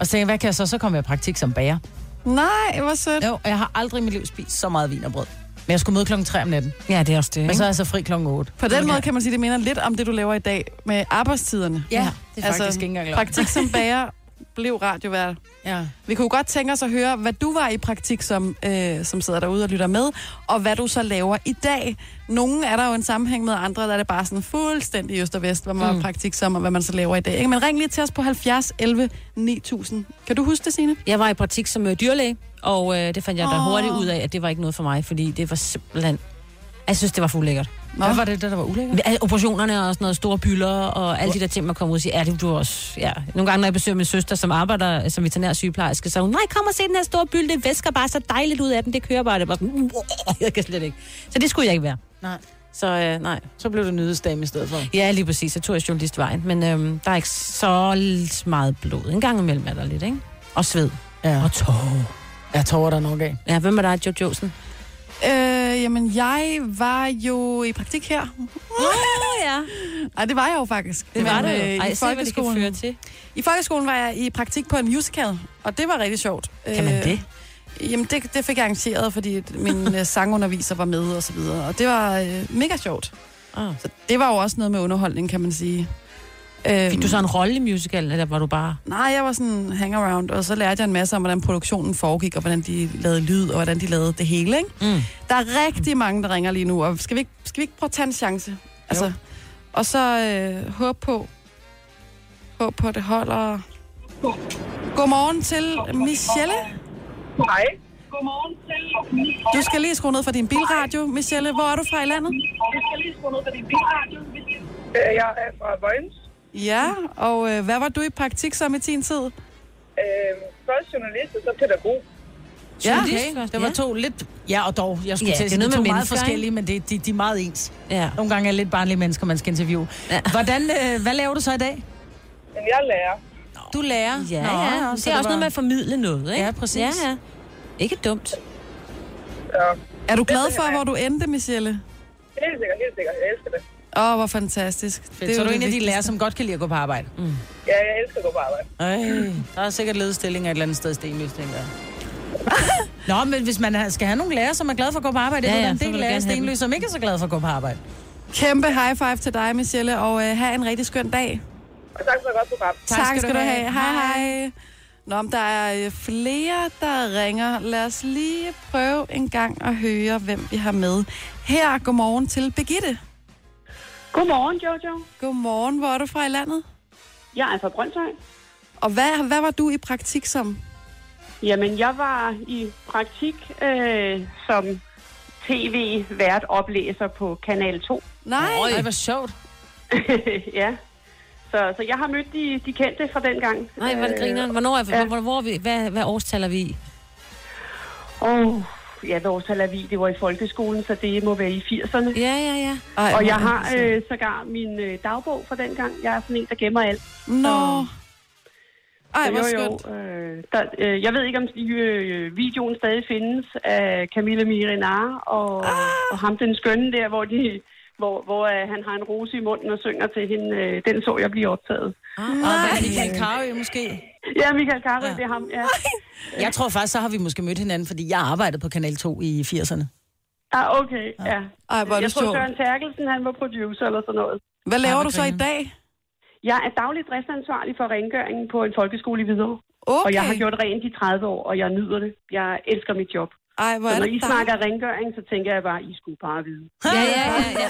[SPEAKER 4] Og så tænkte jeg, hvad kan jeg så? Så kom jeg i praktik som bager.
[SPEAKER 2] Nej, hvor sødt.
[SPEAKER 4] Jo, og jeg har aldrig i mit liv spist så meget vin og brød. Men jeg skulle møde klokken 3 om natten,
[SPEAKER 3] Ja, det er også det,
[SPEAKER 4] og
[SPEAKER 3] ikke?
[SPEAKER 4] så er jeg så fri klokken 8.
[SPEAKER 2] På den måde kan man sige, at det minder lidt om det, du laver i dag med arbejdstiderne. Altså,
[SPEAKER 4] Ja, det er faktisk ikke engang løgn.
[SPEAKER 2] Praktik som bager blev radiovært.
[SPEAKER 4] Ja.
[SPEAKER 2] Vi kunne jo godt tænke os at høre, hvad du var i praktik, som, øh, som sidder derude og lytter med, og hvad du så laver i dag. Nogle er der jo en sammenhæng med, andre der er det bare sådan fuldstændig øst og vest, hvad man var i praktik som, og hvad man så laver i dag. Ikke? Men ring lige til os på 70 11 9000. Kan du huske det, Signe?
[SPEAKER 3] Jeg var i praktik som øh, dyrlæge, og øh, det fandt jeg da
[SPEAKER 2] Åh.
[SPEAKER 3] hurtigt ud af, at det var ikke noget for mig, fordi det var simpelthen... Jeg synes, det var for ulækkert.
[SPEAKER 2] Nå.
[SPEAKER 4] Hvad var det, der, der var ulækkert?
[SPEAKER 3] Altså, Operationerne og sådan noget, store bylder og alle de der ting, man kommer ud og siger, ja, det er du også. Ja. Nogle gange, når jeg besøger min søster, som arbejder øh, som veterinær sygeplejerske, så er hun, nej, kom og se den her store bylde, det væsker bare så dejligt ud af den, det kører bare, det var sådan, "Wow, jeg kan slet ikke. Så det skulle jeg ikke være.
[SPEAKER 4] Nej.
[SPEAKER 3] Så øh, nej.
[SPEAKER 4] Mm. Så blev det nydesdame i stedet for.
[SPEAKER 3] Ja, lige præcis, så tog jeg journalistvejen, men øh, der er ikke så lidt meget blod. En gang imellem er der lidt, ikke? Og sved.
[SPEAKER 4] Ja.
[SPEAKER 3] Og tårer.
[SPEAKER 4] Jeg tror, der er nok af.
[SPEAKER 3] Ja, hvem er der, Jojo Josen?
[SPEAKER 2] Øh, jamen, jeg var jo i praktik her.
[SPEAKER 3] Åh, ja.
[SPEAKER 2] Ej, det var jeg jo faktisk.
[SPEAKER 3] Det var
[SPEAKER 2] Men,
[SPEAKER 3] det jo.
[SPEAKER 2] øh,
[SPEAKER 3] Ej,
[SPEAKER 2] i
[SPEAKER 3] se, hvad det kan
[SPEAKER 2] folkeskolen.
[SPEAKER 3] føre til.
[SPEAKER 2] I folkeskolen var jeg i praktik på en musical, og det var rigtig sjovt.
[SPEAKER 3] Kan man
[SPEAKER 2] Øh,
[SPEAKER 3] det?
[SPEAKER 2] Jamen, det, det fik jeg arrangeret, fordi min øh, sangunderviser var med og så videre. Og det var øh, mega sjovt.
[SPEAKER 3] Ah.
[SPEAKER 2] Så det var jo også noget med underholdning, kan man sige. Øhm,
[SPEAKER 3] Fik du så en rolle i musicalen, eller var du bare...
[SPEAKER 2] Nej, jeg var sådan hangaround, og så lærte jeg en masse om, hvordan produktionen foregik, og hvordan de lavede lyd, og hvordan de lavede det hele, ikke?
[SPEAKER 3] Mm.
[SPEAKER 2] Der er rigtig mange, der ringer lige nu, og skal vi ikke, skal vi ikke prøve at tage en chance? Altså, og så øh, håb på, håb på, at det holder. Godmorgen til Michelle.
[SPEAKER 7] Hej. Godmorgen til...
[SPEAKER 2] Du skal lige skrue ned for din bilradio. Michelle, hvor er du fra i landet?
[SPEAKER 7] Jeg skal lige skrue ned for din bilradio. Øh, Jeg er fra Vojens.
[SPEAKER 2] Ja, og øh, hvad var du i praktik som i din tid?
[SPEAKER 7] Øh, først journalist, og så pædagog.
[SPEAKER 2] Ja,
[SPEAKER 4] Okay. Det var to lidt... Ja, og dog. Jeg skulle
[SPEAKER 3] Ja,
[SPEAKER 4] ja,
[SPEAKER 3] det
[SPEAKER 4] til at
[SPEAKER 3] er
[SPEAKER 4] sige,
[SPEAKER 3] noget
[SPEAKER 4] de to
[SPEAKER 3] med
[SPEAKER 4] meget
[SPEAKER 3] mennesker,
[SPEAKER 4] forskellige, men det, de, de er meget ens.
[SPEAKER 3] Ja.
[SPEAKER 4] Nogle gange er lidt barnlige mennesker, man skal interviewe.
[SPEAKER 3] Ja.
[SPEAKER 4] Ja. Hvordan, øh, hvad laver du så i dag?
[SPEAKER 7] Men jeg er lærer.
[SPEAKER 4] Du lærer.
[SPEAKER 3] Ja,
[SPEAKER 4] Nå,
[SPEAKER 3] ja.
[SPEAKER 4] så
[SPEAKER 3] Det er
[SPEAKER 4] var-
[SPEAKER 3] også noget med at formidle noget, ikke?
[SPEAKER 4] Ja, præcis.
[SPEAKER 3] Ja, ja. Ikke dumt.
[SPEAKER 2] Er du glad for, hvor du endte, Michelle?
[SPEAKER 7] Helt sikkert, helt sikkert. Jeg elsker det.
[SPEAKER 2] Åh, oh, hvor fantastisk.
[SPEAKER 4] Fedt. Så er
[SPEAKER 2] jo
[SPEAKER 4] du en af de
[SPEAKER 2] vigtigste.
[SPEAKER 4] lærere, som godt kan lide at gå på arbejde. Mm.
[SPEAKER 7] Ja, jeg elsker at gå på arbejde.
[SPEAKER 4] Øj, der er sikkert ledestillinger et eller andet sted i Stenløs, tænker jeg. Nå, men hvis man har- skal have nogle lærere, som er glade for at gå på arbejde,
[SPEAKER 3] Ja,
[SPEAKER 4] ja,
[SPEAKER 3] ja,
[SPEAKER 4] ja, det er
[SPEAKER 3] så
[SPEAKER 4] en
[SPEAKER 3] vil du
[SPEAKER 4] del lærere i
[SPEAKER 3] gerne have dem.
[SPEAKER 4] Stenløs, som ikke er så glade for at gå på arbejde.
[SPEAKER 2] Kæmpe high five til dig, Michelle, og øh, have en rigtig skøn dag.
[SPEAKER 7] Og tak for et godt program.
[SPEAKER 2] Tak, tak skal du have. Hej, hej. Nå, men der er øh, flere, der ringer. Lad os lige prøve en gang at høre, hvem vi har med. Her, godmorgen til Begitte.
[SPEAKER 9] Godmorgen, Jojo.
[SPEAKER 2] Godmorgen, hvor er du fra i landet?
[SPEAKER 9] Jeg er fra Brøndshøj.
[SPEAKER 2] Og hvad, hvad var du i praktik som?
[SPEAKER 9] Jamen, jeg var i praktik øh, som tv-vært oplæser på Kanal 2.
[SPEAKER 2] Nej,
[SPEAKER 4] Oj. Ej, hvor sjovt.
[SPEAKER 9] ja. Så, så jeg har mødt de, de kendte fra dengang.
[SPEAKER 3] Nej, hvor er det grineren. Hvornår er, ja. hvor, hvor er vi, hvad, hvad årstal er vi i?
[SPEAKER 9] Åh, ja, vores vi, det var i folkeskolen, så det må være i 80'erne.
[SPEAKER 3] Ja, ja, ja.
[SPEAKER 2] Ej,
[SPEAKER 9] Og
[SPEAKER 2] hvor
[SPEAKER 9] jeg
[SPEAKER 2] er
[SPEAKER 9] har
[SPEAKER 2] det
[SPEAKER 9] øh, sågar min øh, dagbog fra dengang. Jeg er sådan en, der gemmer alt.
[SPEAKER 2] sjovt. Nå. Ej,
[SPEAKER 9] Så
[SPEAKER 2] hvor skønt.
[SPEAKER 9] øh, der, øh, jeg ved ikke, om øh, videoen stadig findes af Camilla Mirinar og, ah. og ham den skønne der, hvor, de, hvor, hvor øh, han har en rose i munden og synger til hende. Øh, den så jeg blive optaget.
[SPEAKER 3] Ah,
[SPEAKER 4] Og hvad er Michael Carøe måske?
[SPEAKER 9] Ja, Michael Carre, ja. det er ham. Ja.
[SPEAKER 4] Jeg tror faktisk, så har vi måske mødt hinanden, fordi jeg arbejdede på Kanal 2 i 80'erne.
[SPEAKER 9] Ah, okay, ja.
[SPEAKER 2] Ej, hvor er
[SPEAKER 9] Jeg
[SPEAKER 2] det
[SPEAKER 9] tror,
[SPEAKER 2] sjovt.
[SPEAKER 9] Søren Terkelsen, han var producer eller sådan noget.
[SPEAKER 2] Hvad
[SPEAKER 4] Ej,
[SPEAKER 2] laver
[SPEAKER 4] hvor
[SPEAKER 2] du så i
[SPEAKER 4] grineren.
[SPEAKER 2] dag?
[SPEAKER 9] Jeg er daglig driftsansvarlig for rengøringen på en folkeskole i Hvidovre.
[SPEAKER 2] Okay.
[SPEAKER 9] Og jeg har gjort rent i 30 år, og jeg nyder det. Jeg elsker mit job.
[SPEAKER 2] Ej, hvor
[SPEAKER 9] Så
[SPEAKER 2] er
[SPEAKER 9] når
[SPEAKER 2] det
[SPEAKER 9] I
[SPEAKER 2] dejligt.
[SPEAKER 9] snakker rengøring, så tænker jeg bare, I skulle bare vide.
[SPEAKER 3] Ja, ja, ja, ja.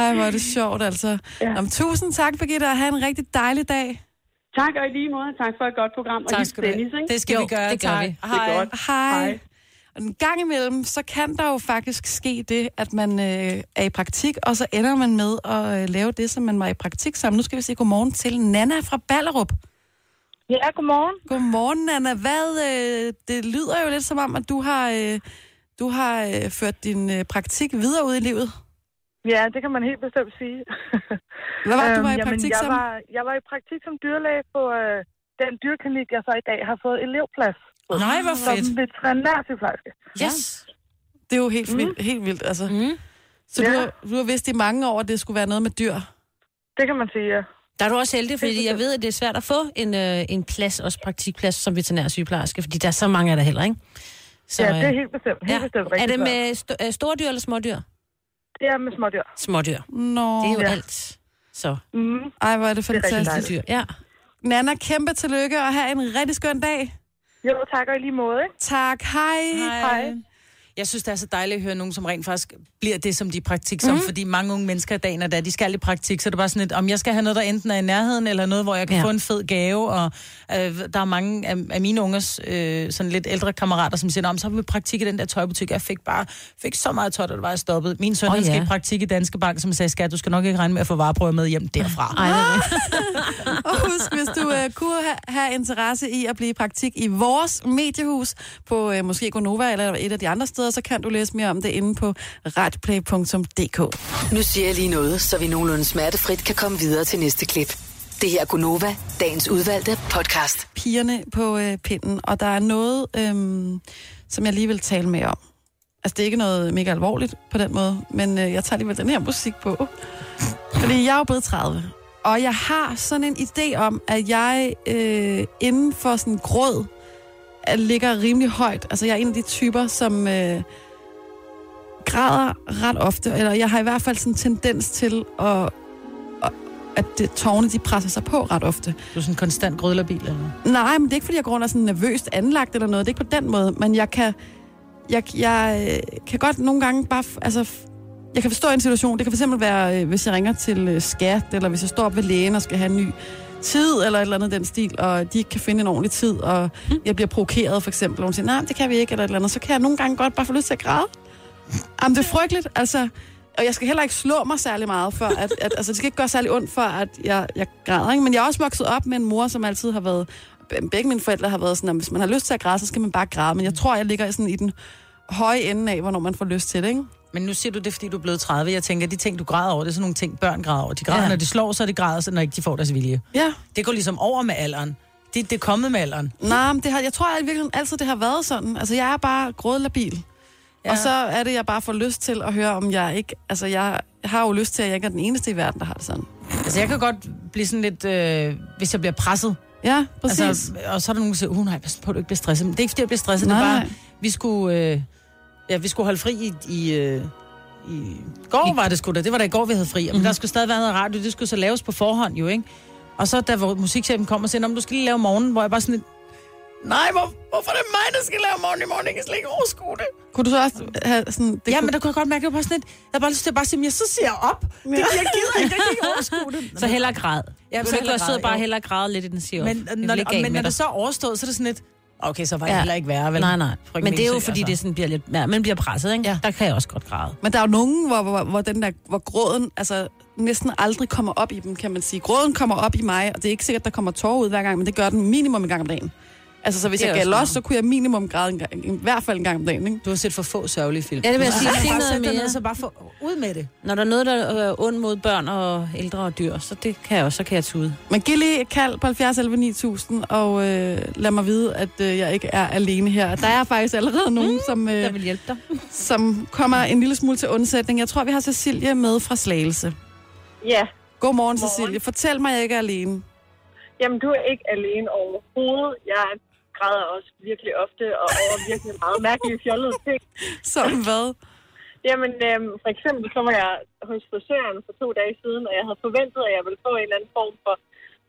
[SPEAKER 2] Ej, hvor er det sjovt, altså. Ja.
[SPEAKER 9] Ja.
[SPEAKER 2] Jamen, tusind tak, Birgitte, og have en rigtig dejlig dag.
[SPEAKER 9] Tak, og i lige måde. Tak for et godt program. Og
[SPEAKER 4] Tak
[SPEAKER 9] hils
[SPEAKER 4] skal du have.
[SPEAKER 9] Dennis, ikke?
[SPEAKER 4] Det skal
[SPEAKER 3] Jo,
[SPEAKER 4] vi gøre.
[SPEAKER 3] det gør
[SPEAKER 4] tak.
[SPEAKER 3] vi. Det
[SPEAKER 4] Hej.
[SPEAKER 9] godt.
[SPEAKER 2] Hej. Hej.
[SPEAKER 9] Hej.
[SPEAKER 2] Og en gang imellem, så kan der jo faktisk ske det, at man øh, er i praktik, og så ender man med at øh, lave det, som man var i praktik sammen. Nu skal vi sige godmorgen til Nana fra Ballerup.
[SPEAKER 7] Ja, godmorgen.
[SPEAKER 2] Godmorgen, Nana. Hvad, øh, det lyder jo lidt som om, at du har, øh, du har øh, ført din øh, praktik videre ud i livet.
[SPEAKER 7] Ja, det kan man helt bestemt sige.
[SPEAKER 2] Hvad var det, du var i
[SPEAKER 7] Øhm,
[SPEAKER 2] praktik
[SPEAKER 7] jamen, jeg
[SPEAKER 2] sammen?
[SPEAKER 7] var, jeg var i praktik som dyrlæge på øh, den dyrklinik, jeg så i dag har fået elevplads.
[SPEAKER 4] Nej, hvor fedt.
[SPEAKER 7] Som veterinærsygeplejerske.
[SPEAKER 3] Yes.
[SPEAKER 2] Det er jo helt, vildt, helt vildt, altså.
[SPEAKER 3] Mm.
[SPEAKER 2] Så du,
[SPEAKER 7] Ja.
[SPEAKER 2] har, du har vidst i mange år, at det skulle være noget med dyr.
[SPEAKER 7] Det kan man sige, ja.
[SPEAKER 3] Der er du også heldig, fordi jeg ved, at det er svært at få en, øh, en plads, også praktikplads som veterinærsygeplejerske, fordi der er så mange af der heller, ikke? Så,
[SPEAKER 7] Ja, det
[SPEAKER 3] øh,
[SPEAKER 7] er helt bestemt. Helt bestemt
[SPEAKER 3] er
[SPEAKER 7] rigtig
[SPEAKER 3] det
[SPEAKER 7] svært.
[SPEAKER 3] med st- øh, store dyr eller smådyr?
[SPEAKER 7] Det er med smådyr.
[SPEAKER 3] Smådyr.
[SPEAKER 2] Nå,
[SPEAKER 3] Det er jo
[SPEAKER 7] Ja.
[SPEAKER 3] alt. Så,
[SPEAKER 7] Mm.
[SPEAKER 2] ej, hvor er det
[SPEAKER 7] rigtig
[SPEAKER 2] fantastisk.
[SPEAKER 7] dejligt.
[SPEAKER 3] dyr. Ja.
[SPEAKER 2] Nana, kæmpe tillykke og have en rigtig skøn dag.
[SPEAKER 7] Jo, tak og i lige måde, ikke?
[SPEAKER 2] Tak, hej.
[SPEAKER 4] Hej. Jeg synes, det er så dejligt at høre nogen, som rent faktisk bliver det, som de er praktik som. Mm. Fordi mange unge mennesker i dag, når det er, de skal i praktik, så er det bare sådan lidt, om jeg skal have noget, der enten er i nærheden, eller noget, hvor jeg kan
[SPEAKER 3] Ja.
[SPEAKER 4] ja. få en fed gave. Og øh, der er mange af, af mine ungers øh, sådan lidt ældre kammerater, som siger, om så har vi i praktik i den der tøjbutik. Jeg fik bare fik så meget tøj, da det var jeg stoppet. Min søn
[SPEAKER 3] Åh,
[SPEAKER 4] oh, ja. skal
[SPEAKER 3] ja.
[SPEAKER 4] i praktik i Danske Bank, som sagde, skat, du skal nok ikke regne med at få vareprøver med hjem derfra.
[SPEAKER 3] Ej, nej.
[SPEAKER 2] Og husk, hvis du øh, kunne ha- have interesse i at blive i praktik i vores mediehus på øh, måske Gonova eller et af de andre steder, så kan du læse mere om det inde på radplay.dk.
[SPEAKER 5] Nu siger jeg lige noget, så vi nogenlunde smertefrit kan komme videre til næste klip. Det her er Gunova, dagens udvalgte podcast.
[SPEAKER 2] pigerne på øh, pinden, og der er noget, øhm, som jeg lige vil tale med jer om. Altså, det er ikke noget mega alvorligt på den måde, men øh, jeg tager alligevel den her musik på. Fordi jeg er jo blevet 30, og jeg har sådan en idé om, at jeg øh, inden for sådan gråd øh, ligger rimelig højt. Altså, jeg er en af de typer, som øh, græder ret ofte, eller jeg har i hvert fald sådan en tendens til at at det, tårne, de presser sig på ret ofte.
[SPEAKER 4] Du er sådan en konstant grødlerbil, eller hvad?
[SPEAKER 2] Nej, men det er ikke, fordi jeg går rundt og er sådan nervøst anlagt eller noget. Det er ikke på den måde, men jeg kan, jeg, jeg øh, kan godt nogle gange bare... f- Altså, f- jeg kan forstå en situation. Det kan fx være, øh, hvis jeg ringer til øh, skat, eller hvis jeg står op ved lægen og skal have en ny tid, eller et eller andet i den stil, og de ikke kan finde en ordentlig tid, og jeg bliver provokeret for eksempel, og hun siger, nej, det kan vi ikke, eller et eller andet, så kan jeg nogle gange godt bare få lyst til at græde. Jamen, det er frygteligt, altså. Og jeg skal heller ikke slå mig særlig meget, for at, at altså, det skal ikke gøre særlig ondt for, at jeg, jeg græder. Ikke? Men jeg er også vokset op med en mor, som altid har været... Begge mine forældre har været sådan, at hvis man har lyst til at græde, så skal man bare græde. Men jeg tror, jeg ligger sådan i den høje ende af, hvornår man får lyst til det, ikke?
[SPEAKER 4] Men nu siger du det, fordi du er blevet 30. Jeg tænker, at de ting, du græder over, det er sådan nogle ting, børn græder over. De græder, ja.
[SPEAKER 3] Ja.
[SPEAKER 4] når de slår, så er de græder, så når ikke de får deres vilje.
[SPEAKER 2] Ja.
[SPEAKER 4] Det går ligesom over med alderen. Det, det er kommet med alderen.
[SPEAKER 2] Nej, men det har, jeg tror i virkeligheden altid, det har været sådan. Altså, jeg er bare grådlabil. Ja. Og så er det, jeg bare får lyst til at høre, om jeg ikke... Altså, jeg har jo lyst til, at jeg ikke er den eneste i verden, der har det sådan.
[SPEAKER 4] Altså, jeg kan godt blive sådan lidt, øh, hvis jeg bliver presset.
[SPEAKER 2] Ja, præcis.
[SPEAKER 4] Altså, og så er der nogen, der siger, uh, nej, pas på, du ikke bliver stresset. Men det er ikke, fordi jeg bliver stresset. Nej. Det er
[SPEAKER 2] Nej.
[SPEAKER 4] bare, vi skulle, øh, ja, vi skulle holde fri i, i, øh, i går var det sgu da. Det var da i går, vi havde fri. Men mm-hmm. der skulle stadig være noget radio. Det skulle så laves på forhånd jo, ikke? Og så da vores musikchefen kom og sagde, "Nå, men du skal lige lave morgen, hvor jeg bare sådan lidt, nej, hvor, hvorfor er det mig, der skal lave morgen i morgen? Jeg kan slet ikke overskue det.
[SPEAKER 2] kunne du så også have sådan... Det
[SPEAKER 4] Det ja,
[SPEAKER 2] kunne,
[SPEAKER 4] men der kunne jeg godt mærke, at jeg var bare sådan lidt, jeg havde bare lyst til at bare sige, "Men jeg så siger jeg op. Det, jeg gider ikke, jeg kan ikke overskue det.
[SPEAKER 3] Så hellere græd.
[SPEAKER 4] Ja,
[SPEAKER 3] Ja,
[SPEAKER 4] så
[SPEAKER 3] så
[SPEAKER 4] hellere
[SPEAKER 3] jeg sidder
[SPEAKER 4] græd,
[SPEAKER 3] bare
[SPEAKER 4] jo.
[SPEAKER 3] hellere og græde lidt i den siger.
[SPEAKER 4] Men, når, det, men når det så er overstået, så er det sådan lidt, okay, så var det ja.
[SPEAKER 3] Ja.
[SPEAKER 4] heller ikke værre, vel?
[SPEAKER 3] Nej, nej.
[SPEAKER 4] Frygten
[SPEAKER 3] Men det er jo
[SPEAKER 4] Ilse,
[SPEAKER 3] fordi, det sådan bliver lidt... Ja, man bliver presset, ikke?
[SPEAKER 4] Ja.
[SPEAKER 3] altså. Ja. Der kan jeg også godt græde.
[SPEAKER 2] Men der er jo nogen, hvor, hvor, hvor, den der, hvor gråden altså, næsten aldrig kommer op i dem, kan man sige. Gråden kommer op i mig, og det er ikke sikkert, der kommer tårer ud hver gang, men det gør den minimum en gang om dagen. Altså, så hvis
[SPEAKER 3] Det er
[SPEAKER 2] jeg
[SPEAKER 3] også
[SPEAKER 2] gav
[SPEAKER 3] meget.
[SPEAKER 2] los, så kunne jeg minimum græde en gang, i hvert fald en gang om dagen, ikke?
[SPEAKER 4] Du har set for få sørgelige film.
[SPEAKER 3] Ja, det vil jeg sige. Se
[SPEAKER 4] Bare
[SPEAKER 3] noget
[SPEAKER 4] sæt dig ned,
[SPEAKER 3] mere.
[SPEAKER 4] så bare få ud med det.
[SPEAKER 3] Når der er noget, der er ondt mod børn og ældre og dyr, så det kan jeg også, så kan jeg tude.
[SPEAKER 2] Men giv lige et kald på 70 11 9000, og øh, lad mig vide, at øh, jeg ikke er alene her. Der er faktisk allerede nogen, mm, som,
[SPEAKER 3] Der
[SPEAKER 2] øh,
[SPEAKER 3] vil hjælpe dig.
[SPEAKER 2] som kommer en lille smule til undsætning. Jeg tror, vi har Cecilie med fra Slagelse.
[SPEAKER 7] Ja,
[SPEAKER 2] Godmorgen,
[SPEAKER 7] Godmorgen.
[SPEAKER 2] Cecilie. Fortæl mig, at jeg ikke er alene.
[SPEAKER 7] jamen du er ikke alene overhovedet. Jeg græder også virkelig ofte og over virkelig meget mærkelige fjollede ting.
[SPEAKER 2] Som hvad?
[SPEAKER 7] Jamen, øhm, for eksempel så var jeg hos frisøren for to dage siden, og jeg havde forventet, at jeg ville få en eller anden form for,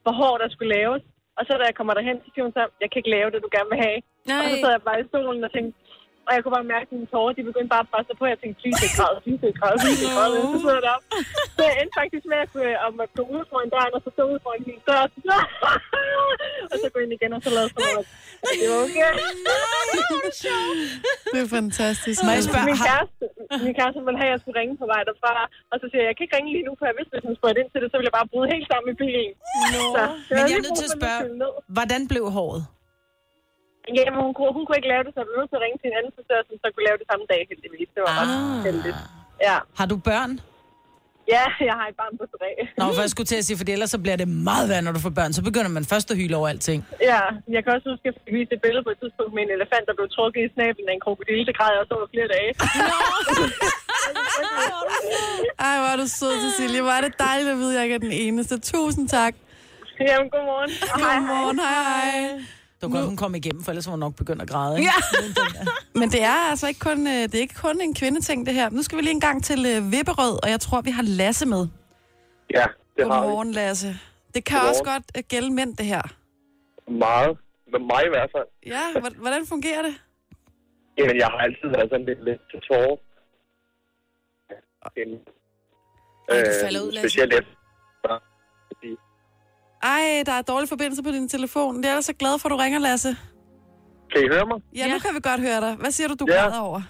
[SPEAKER 7] for hår, der skulle laves. Og så da jeg kommer derhen, så siger hun så, jeg kan ikke lave det, du gerne vil have. Og så sad jeg bare i stolen og tænkte, og jeg kunne bare mærke, at mine tårer, de begyndte bare at presse sig på. Jeg tænkte, please, ikke græd, please, ikke græd, please, ikke græd, så sidder jeg deroppe. Så jeg endte faktisk med at kunne, om at gå ud foran døren, og så stå ud foran min dør, og så, og så gå ind igen, og så lavede sådan noget. Det var okay.
[SPEAKER 2] Det er fantastisk.
[SPEAKER 4] Må jeg spørge,
[SPEAKER 7] Min
[SPEAKER 4] har,
[SPEAKER 7] kæreste, min kæreste ville have, at jeg skulle ringe på vej derfra, og så siger jeg, jeg kan ikke ringe lige nu, for jeg vidste, hvis hun spurgte ind til det, så ville jeg bare bryde helt sammen i bilen. No. Så,
[SPEAKER 4] Ah. Men
[SPEAKER 7] havde
[SPEAKER 4] jeg er
[SPEAKER 7] lige
[SPEAKER 4] nødt til
[SPEAKER 7] brug
[SPEAKER 4] at
[SPEAKER 7] for lige
[SPEAKER 4] spørge-
[SPEAKER 7] køle ned.
[SPEAKER 4] hvordan blev håret?
[SPEAKER 7] Jamen, hun, kunne, hun kunne ikke lave det, så jeg blev nødt til at ringe til en anden frisør, som så kunne lave det samme dag, heldigvis. Det var ret
[SPEAKER 4] Ah.
[SPEAKER 7] heldigt. Ja.
[SPEAKER 4] Har du børn?
[SPEAKER 7] ja, jeg har et barn på tre.
[SPEAKER 4] Nå, for jeg skulle til at sige, for ellers så bliver det meget værre, når du får børn. Så begynder man først at hyle over alting.
[SPEAKER 7] Ja, jeg kan også huske, at jeg fik vist et billede på et tidspunkt med en elefant, der blev trukket i snablen af en krokodille. Det græd jeg også over flere dage.
[SPEAKER 2] Ej, hvor er du sød, Cecilie. Hvor er det dejligt at vide, at jeg ikke er den eneste. Tusind tak.
[SPEAKER 7] Jamen, godmorgen. Og hej, hej.
[SPEAKER 2] Godmorgen, hej, hej.
[SPEAKER 4] Det var godt, hun kom igennem, for ellers var hun nok begyndt at græde. Ikke?
[SPEAKER 2] Men det er altså ikke kun, øh, det er ikke kun en kvindeting, det her. Nu skal vi lige en gang til øh, Vipperød, og jeg tror, vi har Lasse med.
[SPEAKER 8] Ja, det har vi.
[SPEAKER 2] Godmorgen, Lasse. Det kan
[SPEAKER 8] Godmorgen.
[SPEAKER 2] også godt øh, gælde mænd, det her.
[SPEAKER 8] Meget. Med mig i hvert fald.
[SPEAKER 2] Ja, hvor- hvordan fungerer det?
[SPEAKER 8] Jamen, jeg har altid været sådan lidt lidt til tårer. Ja, Øh,
[SPEAKER 4] du falder ud, Lasse.
[SPEAKER 8] Specielt efter.
[SPEAKER 2] Ej, der er dårlig forbindelse på din telefon. Det er jeg da så glad for, at du ringer, Lasse.
[SPEAKER 8] Kan I høre mig?
[SPEAKER 2] Ja, nu kan vi godt høre dig. Hvad siger du, du
[SPEAKER 8] Ja.
[SPEAKER 2] græder over?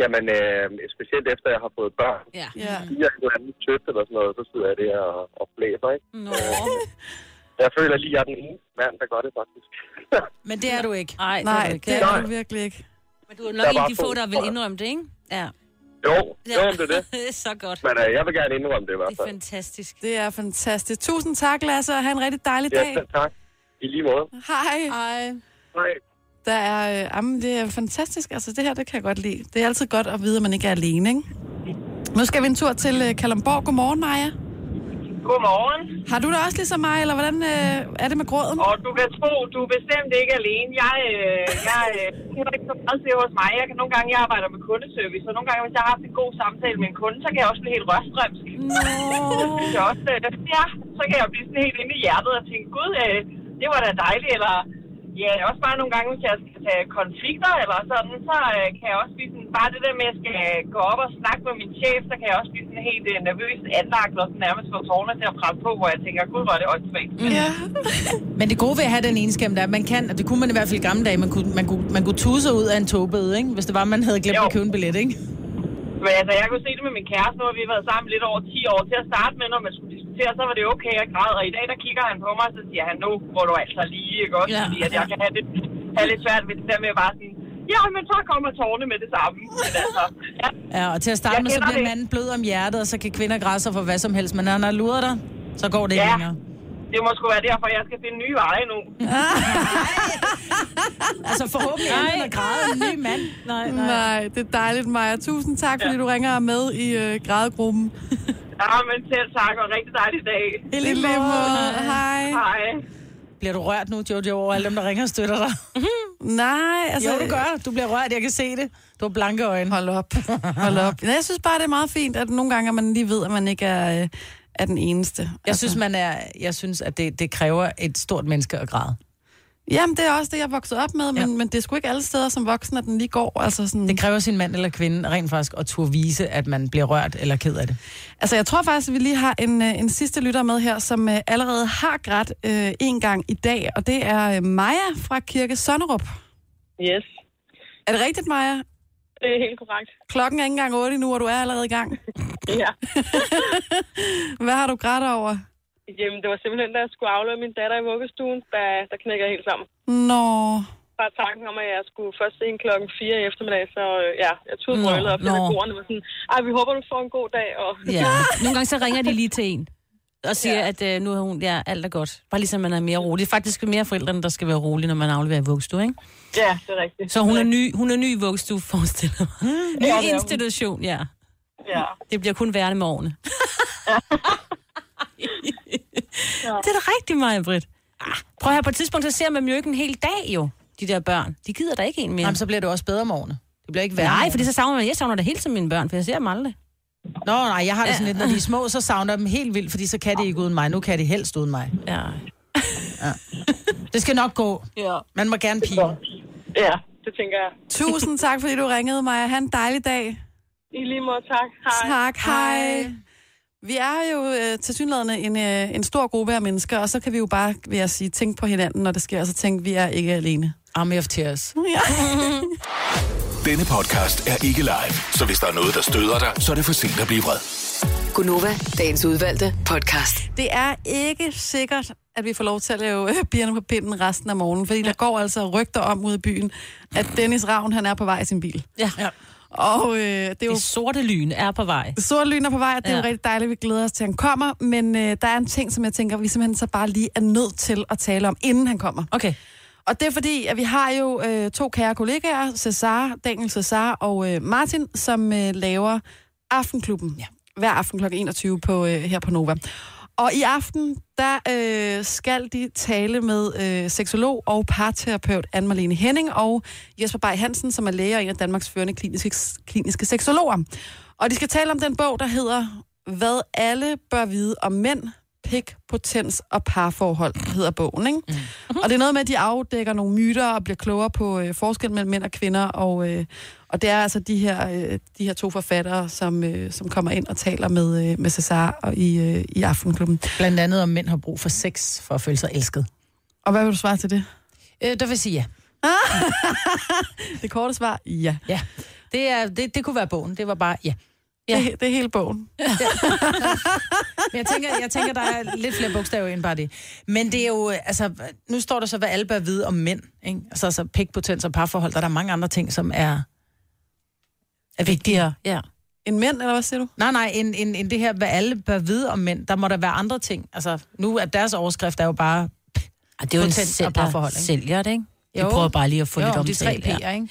[SPEAKER 8] Jamen, øh, specielt efter jeg har fået børn.
[SPEAKER 3] Ja.
[SPEAKER 2] Ja.
[SPEAKER 8] De er en eller anden tøft eller sådan noget, så sidder jeg der og, og blæser, ikke?
[SPEAKER 3] Nå.
[SPEAKER 8] Jeg føler lige, at jeg er den eneste mand, der gør det faktisk.
[SPEAKER 4] Men det er du ikke.
[SPEAKER 3] Ej, det
[SPEAKER 2] Nej,
[SPEAKER 3] er du
[SPEAKER 2] det
[SPEAKER 3] ikke.
[SPEAKER 2] er du virkelig ikke.
[SPEAKER 3] Men du er
[SPEAKER 8] Der
[SPEAKER 3] nok
[SPEAKER 8] er
[SPEAKER 3] en af
[SPEAKER 8] bare
[SPEAKER 3] de få,
[SPEAKER 8] få,
[SPEAKER 3] der vil
[SPEAKER 8] tror jeg.
[SPEAKER 3] indrømme det, ikke? Ja.
[SPEAKER 8] Jo,
[SPEAKER 3] ja.
[SPEAKER 8] jo, det er det.
[SPEAKER 3] det er så godt.
[SPEAKER 8] Men altså- øh, jeg vil gerne indrømme det i hvert
[SPEAKER 3] Det er
[SPEAKER 8] fald.
[SPEAKER 3] fantastisk.
[SPEAKER 2] Det er fantastisk. Tusind tak, Lasse, og have en rigtig dejlig
[SPEAKER 8] Ja,
[SPEAKER 2] dag.
[SPEAKER 8] selv tak. I lige måde.
[SPEAKER 2] Hej. Hej.
[SPEAKER 8] Hej.
[SPEAKER 2] Der er, øh, jamen, det er fantastisk. Altså, det her, det kan jeg godt lide. Det er altid godt at vide, at man ikke er alene, ikke? Nu skal vi en tur til øh, Kalamborg. Godmorgen, Maja.
[SPEAKER 7] Godmorgen.
[SPEAKER 2] Har du det også ligesom mig, eller hvordan øh, er det med gråden?
[SPEAKER 7] Og du kan tro, du er bestemt ikke alene. Jeg, øh, jeg øh, kender ikke så meget til hos mig. Jeg kan nogle gange, jeg arbejder med kundeservice, og nogle gange, hvis jeg har haft en god samtale med en kunde, så kan jeg også blive helt rørstrømsk. Så synes jeg også, øh, ja, så kan jeg blive sådan helt inde i hjertet og tænke, gud, øh, det var da dejligt, eller ja, også bare nogle gange, hvis jeg skal tage konflikter eller sådan, så øh, kan jeg også blive sådan, bare det der med, at jeg skal gå op og snakke med min chef, så kan jeg også blive sådan helt øh, nervøst anlagt og sådan nærmest få tårne til at presse på, hvor jeg tænker, gud, hvor er det åndssvagt.
[SPEAKER 2] Ja.
[SPEAKER 4] Men det gode ved at have den egenskab, der er, at man kan, og det kunne man i hvert fald i gamle dage, man kunne, man kunne, man kunne tusse ud af en togbede, ikke? hvis det var, man havde glemt jo. at købe en billet, ikke?
[SPEAKER 7] Men altså, jeg kunne se det med min kæreste, nu har vi været sammen lidt over 10 år. Til at starte med, når man skulle diskutere, så var det okay, jeg græd. Og i dag, der kigger han på mig, og så siger han, nu går du altså lige, ikke også?
[SPEAKER 2] Ja.
[SPEAKER 7] Fordi at jeg kan have lidt, have lidt svært ved det der med at bare sådan, ja, men så kommer tårne med det samme. Men altså, ja.
[SPEAKER 4] Ja, og til at starte
[SPEAKER 7] Jeg
[SPEAKER 4] med, så
[SPEAKER 7] kender
[SPEAKER 4] bliver
[SPEAKER 7] det.
[SPEAKER 4] manden blød om hjertet, og så kan kvinder græsse for hvad som helst. Men når han har luret dig, så går det ikke
[SPEAKER 7] Ja.
[SPEAKER 4] længere.
[SPEAKER 7] det må sgu være derfor, jeg skal finde nye veje nu.
[SPEAKER 4] Altså forhåbentlig ender han at græde en ny mand. Nej, nej.
[SPEAKER 2] Nej, det er dejligt, Maja. Tusind tak, fordi du ringer med i øh, grædegruppen.
[SPEAKER 7] Ja, men selv tak, og rigtig dejlig dag.
[SPEAKER 2] I lige måde. Øh, Hej.
[SPEAKER 7] Hej.
[SPEAKER 4] Bliver du rørt nu, Jojo, over alle dem, der ringer og støtter dig?
[SPEAKER 2] Nej, altså...
[SPEAKER 4] Altså, jo, du gør. Du bliver rørt. Jeg kan se det. Du har blanke øjne.
[SPEAKER 2] Hold op. Hold op. Nej, jeg synes bare, det er meget fint, at nogle gange at man lige ved, at man ikke er, øh, er den eneste. Altså,
[SPEAKER 4] Jeg synes, man er, jeg synes at det, det kræver et stort menneske at græde.
[SPEAKER 2] Jamen, det er også det, jeg er vokset op med, men, ja. men det er sgu ikke alle steder som voksen, at den lige går. Altså, sådan...
[SPEAKER 4] Det kræver sin mand eller kvinde rent faktisk at turde vise, at man bliver rørt eller ked af det.
[SPEAKER 2] Altså, jeg tror faktisk, at vi lige har en, øh, en sidste lytter med her, som øh, allerede har grædt øh, en gang i dag, og det er øh, Maja fra Kirke Sønderup.
[SPEAKER 10] Yes,
[SPEAKER 2] Er det rigtigt, Maja?
[SPEAKER 10] det er helt korrekt.
[SPEAKER 2] Klokken er ikke engang 8 nu, og du er allerede i gang.
[SPEAKER 10] Ja.
[SPEAKER 2] Hvad har du grædt over?
[SPEAKER 10] Jamen, det var simpelthen, da jeg skulle aflevere min datter i vuggestuen, der, der knækker jeg helt sammen.
[SPEAKER 2] Nå.
[SPEAKER 10] Bare tanken om, at jeg skulle først se en klokken 4 i eftermiddag, så øh, ja, jeg tog
[SPEAKER 3] Nå,
[SPEAKER 10] brølet, og
[SPEAKER 3] nå.
[SPEAKER 10] pædagogerne var sådan, ej, vi håber, du får en god dag, og
[SPEAKER 3] Ja. Nogle gange så ringer de lige til en og siger, ja. at øh, nu har hun, ja, alt er godt. Bare ligesom man er mere rolig. Det er faktisk mere forældrene, der skal være rolige, når man afleverer i vuggestue, ikke?
[SPEAKER 10] ja, det er rigtigt.
[SPEAKER 3] Så hun er ny, hun er ny i vuggestue, forestiller jeg mig. Ny
[SPEAKER 10] Ja,
[SPEAKER 4] Mm.
[SPEAKER 10] det er
[SPEAKER 3] ja,
[SPEAKER 10] hun.
[SPEAKER 3] institution, ja.
[SPEAKER 10] Ja.
[SPEAKER 3] Det bliver kun værre med årene. ja. Det er da rigtigt, Maja Britt. Ah, prøv at høre, på et tidspunkt, så ser man dem jo ikke en hel dag, jo. De der børn. De gider da ikke en mere.
[SPEAKER 4] Jamen, så bliver det også bedre om årene. Det bliver ikke værre.
[SPEAKER 3] Nej, fordi så savner man, jeg savner da helt som mine børn, for jeg ser dem aldrig.
[SPEAKER 4] Nå, nej, jeg har det sådan lidt, når de er små, så savner jeg dem helt vildt, fordi så kan de ikke uden mig. Nu kan de helst uden mig.
[SPEAKER 3] Ja.
[SPEAKER 4] ja. Det skal nok gå.
[SPEAKER 10] Ja.
[SPEAKER 4] Man må gerne pige.
[SPEAKER 10] Ja, det tænker jeg.
[SPEAKER 2] Tusind tak, fordi du ringede, Maja. Ha' en dejlig dag.
[SPEAKER 10] I lige måde, tak. Hej.
[SPEAKER 2] Tak, hej. Vi er jo øh, tilsyneladende en, øh, en stor gruppe af mennesker, og så kan vi jo bare, vil jeg sige, tænke på hinanden, når det sker, og så tænke, vi er ikke alene.
[SPEAKER 4] Army of tears.
[SPEAKER 2] Ja.
[SPEAKER 6] Denne podcast er ikke live, så hvis der er noget, der støder dig, så er det for sent at blive vred.
[SPEAKER 5] Gunova, dagens udvalgte podcast.
[SPEAKER 2] Det er ikke sikkert, at vi får lov til at lave øh, bierne på pinden resten af morgenen, fordi ja. der går altså rygter om ude i byen, at Dennis Ravn, han er på vej i sin bil.
[SPEAKER 3] Ja.
[SPEAKER 4] ja.
[SPEAKER 2] Og øh, det er jo...
[SPEAKER 3] Det sorte lyn er på vej.
[SPEAKER 2] Sort lyn er på vej, og det er jo
[SPEAKER 3] Ja.
[SPEAKER 2] rigtig dejligt, vi glæder os til, at han kommer. Men øh, der er en ting, som jeg tænker, vi simpelthen så bare lige er nødt til at tale om, inden han kommer.
[SPEAKER 3] Okay.
[SPEAKER 2] Og det er fordi, at vi har jo øh, to kære kollegaer, Cesar, Daniel Cesar og øh, Martin, som øh, laver Aftenklubben ja. hver aften kl. 21 på, øh, her på Nova. Og i aften, der øh, skal de tale med øh, seksolog og parterapeut Anne-Marlene Henning og Jesper Bay Hansen, som er læge og en af Danmarks førende kliniske, kliniske seksologer. Og de skal tale om den bog, der hedder Hvad alle bør vide om mænd, pik, potens og parforhold, hedder bogen. Ikke? Mm. Og det er noget med, at de afdækker nogle myter og bliver klogere på øh, forskel mellem mænd og kvinder. Og, øh, og det er altså de her, øh, de her to forfattere, som, øh, som kommer ind og taler med, øh, med Cesar og i, øh, i Aftenklubben.
[SPEAKER 4] Blandt andet om mænd har brug for sex for at føle sig elsket.
[SPEAKER 2] Og hvad vil du svare til det?
[SPEAKER 4] Øh, der vil sige ja.
[SPEAKER 2] Det korte svar, ja.
[SPEAKER 4] Ja. Det, er, det, det kunne være bogen. Det var bare ja.
[SPEAKER 2] ja. Det, det er hele bogen.
[SPEAKER 4] Men Jeg tænker, jeg tænker, der er lidt flere bogstaver end bare det. Men det er jo, øh, altså, nu står der så, hvad alle bør vide om mænd. Ikke? Altså, altså pik, potens og parforhold. Der er der mange andre ting, som er, er vigtigere.
[SPEAKER 3] Ja.
[SPEAKER 2] En mænd, eller hvad siger du?
[SPEAKER 4] Nej, nej, end, end, end det her, hvad alle bør vide om mænd. Der må der være andre ting. Altså, nu er deres overskrift er jo bare
[SPEAKER 3] Ej, det er jo en
[SPEAKER 4] Potent og
[SPEAKER 3] sælger,
[SPEAKER 4] parforhold, ikke?
[SPEAKER 3] sælger det, ikke? De
[SPEAKER 4] Jo.
[SPEAKER 3] prøver bare lige at få
[SPEAKER 4] jo,
[SPEAKER 3] lidt
[SPEAKER 4] de tre
[SPEAKER 3] omtale.
[SPEAKER 4] P'er, ikke?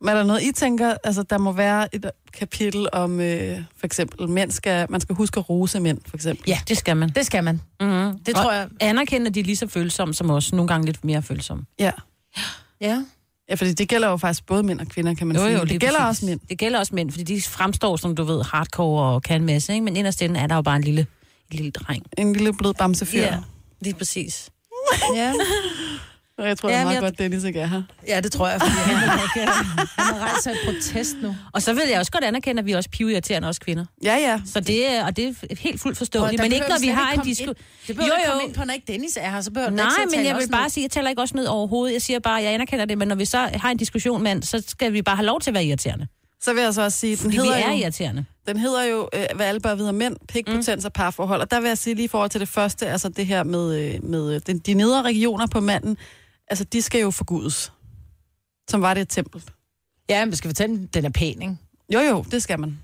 [SPEAKER 2] Men er der noget, I tænker, altså der må være et kapitel om, øh, for eksempel, mænd skal, man skal huske at rose mænd, for eksempel.
[SPEAKER 3] Ja, det skal man.
[SPEAKER 4] Det skal man.
[SPEAKER 3] Mm-hmm.
[SPEAKER 4] Det tror jeg-
[SPEAKER 3] Anerkende, at de er lige så følsomme som os. Nogle gange lidt mere følsomme.
[SPEAKER 2] Ja.
[SPEAKER 4] Ja.
[SPEAKER 2] Ja, fordi det gælder jo faktisk både mænd og kvinder, kan man sige. det
[SPEAKER 3] lige
[SPEAKER 2] gælder
[SPEAKER 3] præcis.
[SPEAKER 2] også mænd.
[SPEAKER 3] Det gælder også mænd, fordi de fremstår, som du ved, hardcore og kan en masse, ikke? men inderst inde er der jo bare en lille, en lille dreng.
[SPEAKER 2] En lille blød bamsefyr.
[SPEAKER 3] Ja, lige præcis.
[SPEAKER 4] Ja.
[SPEAKER 2] Og jeg tror, det
[SPEAKER 3] Ja,
[SPEAKER 2] er
[SPEAKER 3] men
[SPEAKER 2] meget
[SPEAKER 3] jeg-
[SPEAKER 2] godt, Dennis ikke er her.
[SPEAKER 4] Ja, det tror jeg, fordi han har ikke- han har rejst sig et protest nu.
[SPEAKER 3] Og så vil jeg også godt anerkende, at vi er også pivirriterende, også kvinder.
[SPEAKER 2] Ja, ja.
[SPEAKER 3] Så det, er- og det er helt fuldt forståeligt.
[SPEAKER 4] der
[SPEAKER 3] Men ikke,
[SPEAKER 4] behøver
[SPEAKER 3] når vi
[SPEAKER 4] slet
[SPEAKER 3] har en
[SPEAKER 4] komme
[SPEAKER 3] diskussion.
[SPEAKER 4] ind- Det behøver jo, jo. komme ind på, når ikke Dennis er her, så behøver du
[SPEAKER 3] Nej,
[SPEAKER 4] ikke selv
[SPEAKER 3] men
[SPEAKER 4] tale
[SPEAKER 3] jeg vil
[SPEAKER 4] os
[SPEAKER 3] bare
[SPEAKER 4] ned.
[SPEAKER 3] sige, jeg taler ikke også ned overhovedet. Jeg siger bare, at jeg anerkender det, men når vi så har en diskussion med, en, så skal vi bare have lov til at være irriterende.
[SPEAKER 2] Så vil jeg så også sige, den
[SPEAKER 3] Fordi vi
[SPEAKER 2] hedder
[SPEAKER 3] er
[SPEAKER 2] jo,
[SPEAKER 3] irriterende.
[SPEAKER 2] Den hedder jo, øh, hvad alle bør vide om mænd, pikpotens og parforhold. Og der vil jeg sige lige i forhold til det første, altså det her med, øh, med øh, den, de nedre regioner på manden, altså de skal jo forgudes. Som var det et tempel.
[SPEAKER 4] Ja, men skal vi tage den? Den er pæn, ikke?
[SPEAKER 2] Jo, jo, det skal man.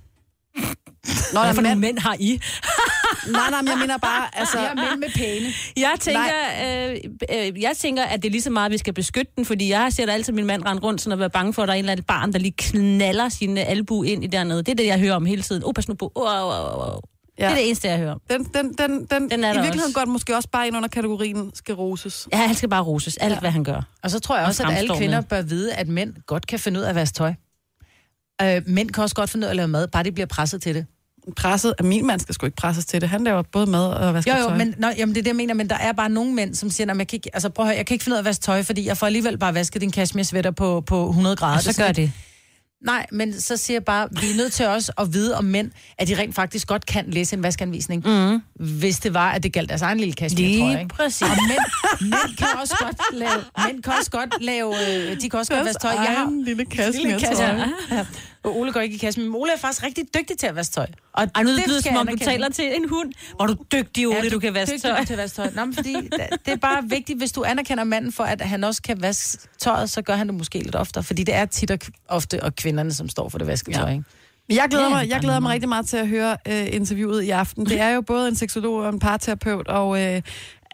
[SPEAKER 2] Nå,
[SPEAKER 3] Hvad for nogle
[SPEAKER 2] mand-
[SPEAKER 3] mænd har I?
[SPEAKER 2] nej, nej, men jeg mener bare, altså...
[SPEAKER 4] Jeg er mænd med pæne.
[SPEAKER 3] Jeg tænker, øh, øh, jeg tænker, at det er lige så meget, vi skal beskytte den, fordi jeg ser da altid min mand rende rundt, sådan at være bange for, at der er en eller anden barn, der lige knaller sin øh, albu ind i dernede. Det er det, jeg hører om hele tiden. Oh, pas nu på. Oh, oh, oh, oh. Ja. Det er det eneste, jeg hører om.
[SPEAKER 2] Den, den, den, den,
[SPEAKER 3] Den er
[SPEAKER 2] I
[SPEAKER 3] der
[SPEAKER 2] virkeligheden
[SPEAKER 3] også.
[SPEAKER 2] godt måske også bare ind under kategorien skal roses.
[SPEAKER 3] Ja, han skal bare roses. Alt, ja. hvad han gør.
[SPEAKER 4] Og så tror jeg
[SPEAKER 3] Og
[SPEAKER 4] også, at alle
[SPEAKER 3] fremstår
[SPEAKER 4] kvinder
[SPEAKER 3] med.
[SPEAKER 4] bør vide, at mænd godt kan finde ud af at vaske tøj. Øh, mænd kan også godt finde ud af at lave mad, bare de bliver presset til det.
[SPEAKER 2] Presset af min mand skal sgu ikke presses til det. Han laver både mad og vasker
[SPEAKER 4] Jo, jo,
[SPEAKER 2] tøj.
[SPEAKER 4] men, nå, jamen, det er det, jeg mener, men der er bare nogle mænd, som siger, "Nå, men jeg kan ikke, altså, prøv at høre, jeg kan ikke finde ud af at vaske tøj, fordi jeg får alligevel bare vasket din cashmere sweater på, på 100 grader.
[SPEAKER 3] Og Altså, så
[SPEAKER 4] Det er sådan
[SPEAKER 3] gør
[SPEAKER 4] lidt-
[SPEAKER 3] det.
[SPEAKER 4] Nej, men så siger jeg bare, vi er nødt til også at vide om mænd, at de rent faktisk godt kan læse en vaskeanvisning. Mm. Hvis det var, at det galt deres egen lille kasse,
[SPEAKER 3] Mhm. Lige
[SPEAKER 4] tror jeg. Ikke?
[SPEAKER 3] præcis.
[SPEAKER 4] Og mænd, mænd, kan også godt lave, mænd kan også godt lave, øh, de kan også godt
[SPEAKER 2] Deres
[SPEAKER 4] vaske tøj. Jeg har
[SPEAKER 2] egen lille kasse
[SPEAKER 4] lille
[SPEAKER 2] med
[SPEAKER 4] kasse.
[SPEAKER 2] tøj.
[SPEAKER 4] Ja. Og Ole går ikke i kassen, men Ole er faktisk rigtig dygtig til at vaske tøj. Og
[SPEAKER 3] Ej, nu
[SPEAKER 4] det
[SPEAKER 3] lyder det,
[SPEAKER 4] skal
[SPEAKER 3] som
[SPEAKER 4] jeg
[SPEAKER 3] om du
[SPEAKER 4] anerkende.
[SPEAKER 3] taler til en hund. Hvor er du dygtig, Ole, ja, du, kan vaske
[SPEAKER 4] dygtig
[SPEAKER 3] tøj.
[SPEAKER 4] til at vaske tøj. Nå, men fordi da- det er bare vigtigt, hvis du anerkender manden for, at han også kan vaske tøjet, så gør han det måske lidt oftere. Fordi det er tit og k- ofte og kvinderne, som står for det vasketøj. Ja. Ikke?
[SPEAKER 2] Men Jeg glæder,
[SPEAKER 4] Ja,
[SPEAKER 2] mig, jeg glæder mig rigtig meget til at høre øh, interviewet i aften. Det er jo både en seksolog og en parterapeut, og, øh,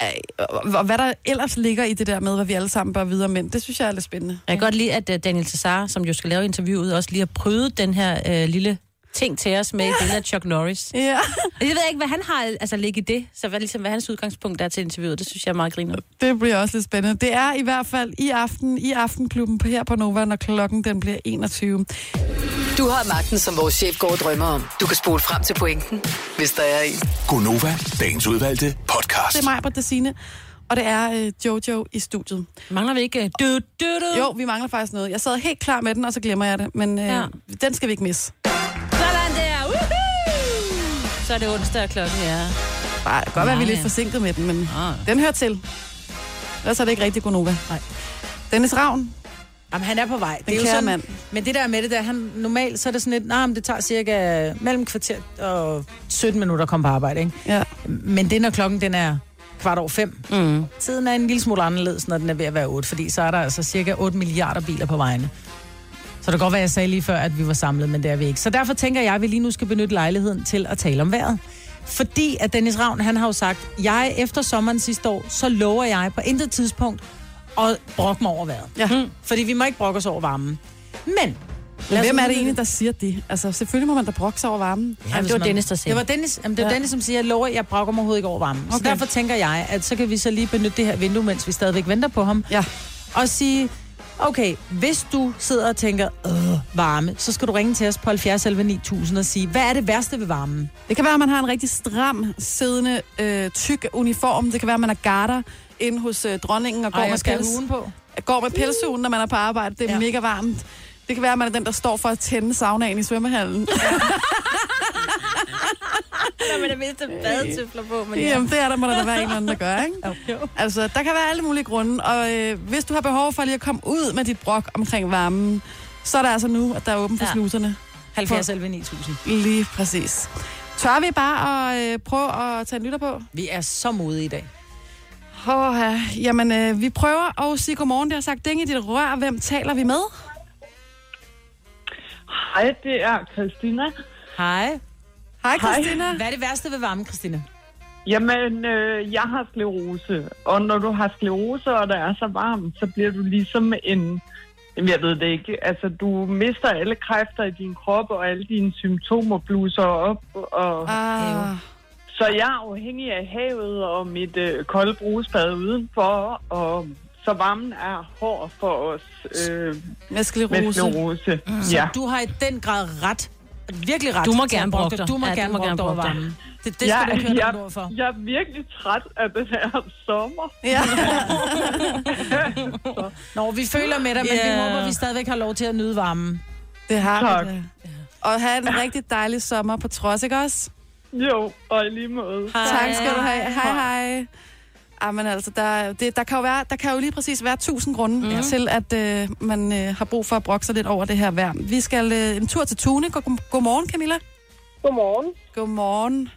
[SPEAKER 2] øh, og, og hvad der ellers ligger i det der med, hvad vi alle sammen bør vide om mænd, det synes jeg er lidt spændende.
[SPEAKER 3] Jeg kan godt lide, at øh, Daniel Cesar, som jo skal lave interviewet, også lige har prøvet den her øh, lille ting til os med den af Chuck Norris.
[SPEAKER 2] Ja,
[SPEAKER 3] Jeg ved ikke, hvad han har altså, ligge i det, så hvad, ligesom, hvad hans udgangspunkt er til interviewet. Det synes jeg er meget griner.
[SPEAKER 2] det bliver også lidt spændende. Det er i hvert fald i aften i Aftenklubben på her på Nova, når klokken den bliver 21.
[SPEAKER 5] Du har magten, som vores chef går og drømmer om. Du kan spole frem til pointen, hvis der er en.
[SPEAKER 6] Gonova, dagens udvalgte podcast.
[SPEAKER 2] Det er mig, Britt Sine, og det er øh, Jojo i studiet.
[SPEAKER 3] Mangler vi ikke? øh, Du, du, du.
[SPEAKER 2] Jo, vi mangler faktisk noget. Jeg sad helt klar med den, og så glemmer jeg det, men øh,
[SPEAKER 3] Ja.
[SPEAKER 2] ja. den skal vi ikke misse.
[SPEAKER 3] Sådan der. Woohoo! Så er det onsdag og klokken er.
[SPEAKER 2] Bare, det kan godt være, vi er
[SPEAKER 3] Nej.
[SPEAKER 2] lidt forsinket med den, men ah. den hører til. Ellers er det ikke rigtig Gonova. Nej. Dennis Ravn,
[SPEAKER 4] Jamen, han er på vej. Det er
[SPEAKER 2] Den
[SPEAKER 4] jo
[SPEAKER 2] kære
[SPEAKER 4] sådan,
[SPEAKER 2] mand.
[SPEAKER 4] Men det der med det der, han, normalt så er det sådan lidt, nah, men det tager cirka mellem kvarter og 17 minutter at komme på arbejde. Ikke?
[SPEAKER 2] ja.
[SPEAKER 4] Men det er, når klokken den er kvart over fem.
[SPEAKER 3] Mm.
[SPEAKER 4] Tiden er en lille smule anderledes, når den er ved at være 8, fordi så er der altså cirka 8 milliarder biler på vejene. Så det kan godt være, jeg sagde lige før, at vi var samlet, men det er vi ikke. Så derfor tænker jeg, at vi lige nu skal benytte lejligheden til at tale om vejret. Fordi at Dennis Ravn, han har jo sagt, jeg efter sommeren sidste år, så lover jeg på intet tidspunkt at brokke mig over vejret.
[SPEAKER 2] Ja.
[SPEAKER 4] Mm. Fordi vi må ikke brokke os over varmen. Men... lad os
[SPEAKER 2] Hvem er det
[SPEAKER 4] udnytte
[SPEAKER 2] egentlig, der siger det? Altså, selvfølgelig må man da brokke sig over varmen.
[SPEAKER 3] Ej,
[SPEAKER 4] hvis
[SPEAKER 3] det var
[SPEAKER 4] man-
[SPEAKER 3] Dennis, der sagde
[SPEAKER 4] Det var Dennis, jamen, det var
[SPEAKER 2] Ja.
[SPEAKER 4] Dennis som siger, jeg lover, jeg brokker mig overhovedet ikke over varmen. Okay. Så
[SPEAKER 2] Okay.
[SPEAKER 4] derfor tænker jeg, at så kan vi så lige benytte det her vindue, mens vi stadigvæk venter på ham,
[SPEAKER 2] Ja.
[SPEAKER 4] og sige, okay, hvis du sidder og tænker, øh, varme, så skal du ringe til os på 70 11 9000 og sige, hvad er det værste ved varmen?
[SPEAKER 2] Det kan være, at man har en rigtig stram, siddende, øh, tyk uniform. Det kan være, at man er garter inde hos øh, dronningen og går, med pels,
[SPEAKER 4] på.
[SPEAKER 2] går med pelsugen, når man er på arbejde. Det er
[SPEAKER 4] Ja.
[SPEAKER 2] ja. mega varmt. Det kan være, at man er den, der står for at tænde saunaen i svømmehallen.
[SPEAKER 3] Når man er mindst badetøfler på, men
[SPEAKER 2] Jamen, det er der, må der da være en eller anden, der gør, ikke?
[SPEAKER 4] Jo.
[SPEAKER 2] Altså, der kan være alle mulige grunde, og øh, hvis du har behov for lige at komme ud med dit brok omkring varmen, så er der altså nu, at der er åben for
[SPEAKER 3] Ja.
[SPEAKER 2] ja. sluserne.
[SPEAKER 4] 70 11 9000.
[SPEAKER 2] Lige præcis. Tør vi bare at øh, prøve at tage en lytter på?
[SPEAKER 4] Vi er så modige i dag.
[SPEAKER 2] Åh, ja. jamen, øh, vi prøver at sige godmorgen. Det har sagt ding i dit rør. Hvem taler vi med?
[SPEAKER 10] Hej, det er Christina.
[SPEAKER 4] Hej.
[SPEAKER 2] Hej, Christina.
[SPEAKER 4] Hvad er det værste ved varmen, Christina?
[SPEAKER 10] Jamen, øh, jeg har sklerose, og når du har sklerose, og der er så varmt, så bliver du ligesom en
[SPEAKER 11] Jamen, jeg ved det ikke. Altså, du mister alle kræfter i din krop, og alle dine symptomer bluser op. Og...
[SPEAKER 2] Ah.
[SPEAKER 11] Så jeg er afhængig af havet og mit øh, kolde brusbad udenfor, og så varmen er hård for os. Øh,
[SPEAKER 2] med
[SPEAKER 11] sklerose. Mm.
[SPEAKER 4] Så du har i den grad ret, virkelig ret.
[SPEAKER 3] Du må
[SPEAKER 4] til at
[SPEAKER 3] gerne
[SPEAKER 4] brokke
[SPEAKER 3] brokke dig.
[SPEAKER 4] Du må
[SPEAKER 3] Ja, du
[SPEAKER 4] gerne
[SPEAKER 3] må
[SPEAKER 4] brokke
[SPEAKER 3] gerne
[SPEAKER 4] dig over
[SPEAKER 3] brokke dig.
[SPEAKER 4] varmen. Det, det skal du ikke høre
[SPEAKER 11] jeg,
[SPEAKER 4] dig over for.
[SPEAKER 11] jeg er virkelig træt af den her sommer.
[SPEAKER 2] Ja.
[SPEAKER 4] Nå, vi føler med dig, men vi
[SPEAKER 3] Ja.
[SPEAKER 4] håber, vi stadigvæk har lov til at nyde varmen.
[SPEAKER 2] Det har
[SPEAKER 11] Tak.
[SPEAKER 2] vi da. Og have en rigtig dejlig sommer på trods, ikke også?
[SPEAKER 11] Jo, og i lige måde.
[SPEAKER 2] Hej. Tak skal du have. Hej, hej. Jamen altså, der, det, der, kan jo være, der kan jo lige præcis være tusind grunde mm. til, at øh, man øh, har brug for at brokke sig lidt over det her vejr. Vi skal øh, en tur til Tune. God, godmorgen, Camilla.
[SPEAKER 7] Godmorgen.
[SPEAKER 2] Godmorgen.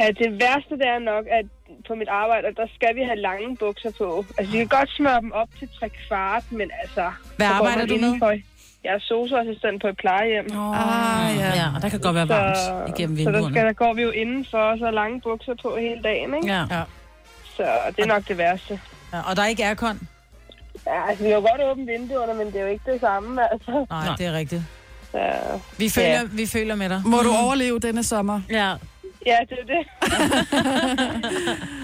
[SPEAKER 7] Ja, det værste det er nok, at på mit arbejde, der skal vi have lange bukser på. Altså, vi kan godt smøre dem op til tre kvart, men altså...
[SPEAKER 3] Hvad
[SPEAKER 7] så går
[SPEAKER 3] arbejder
[SPEAKER 7] man
[SPEAKER 3] du med?
[SPEAKER 7] indenfor. Jeg er socioassistent på et plejehjem. Oh,
[SPEAKER 2] ah,
[SPEAKER 3] ja. ja, og der kan godt være varmt igennem
[SPEAKER 7] Så der,
[SPEAKER 3] vinduerne.
[SPEAKER 7] skal, der går vi jo indenfor, og så er lange bukser på hele dagen, ikke?
[SPEAKER 3] Ja.
[SPEAKER 7] Så det er nok det værste.
[SPEAKER 4] Ja, og der er ikke aircon?
[SPEAKER 7] Ja, altså, vi har jo godt åbent vinduerne, men det er jo ikke det samme, altså.
[SPEAKER 4] Nej, det er rigtigt.
[SPEAKER 7] Så,
[SPEAKER 4] Vi føler, ja. vi føler med dig.
[SPEAKER 2] Må du overleve denne sommer?
[SPEAKER 3] Ja.
[SPEAKER 7] Ja, det er det.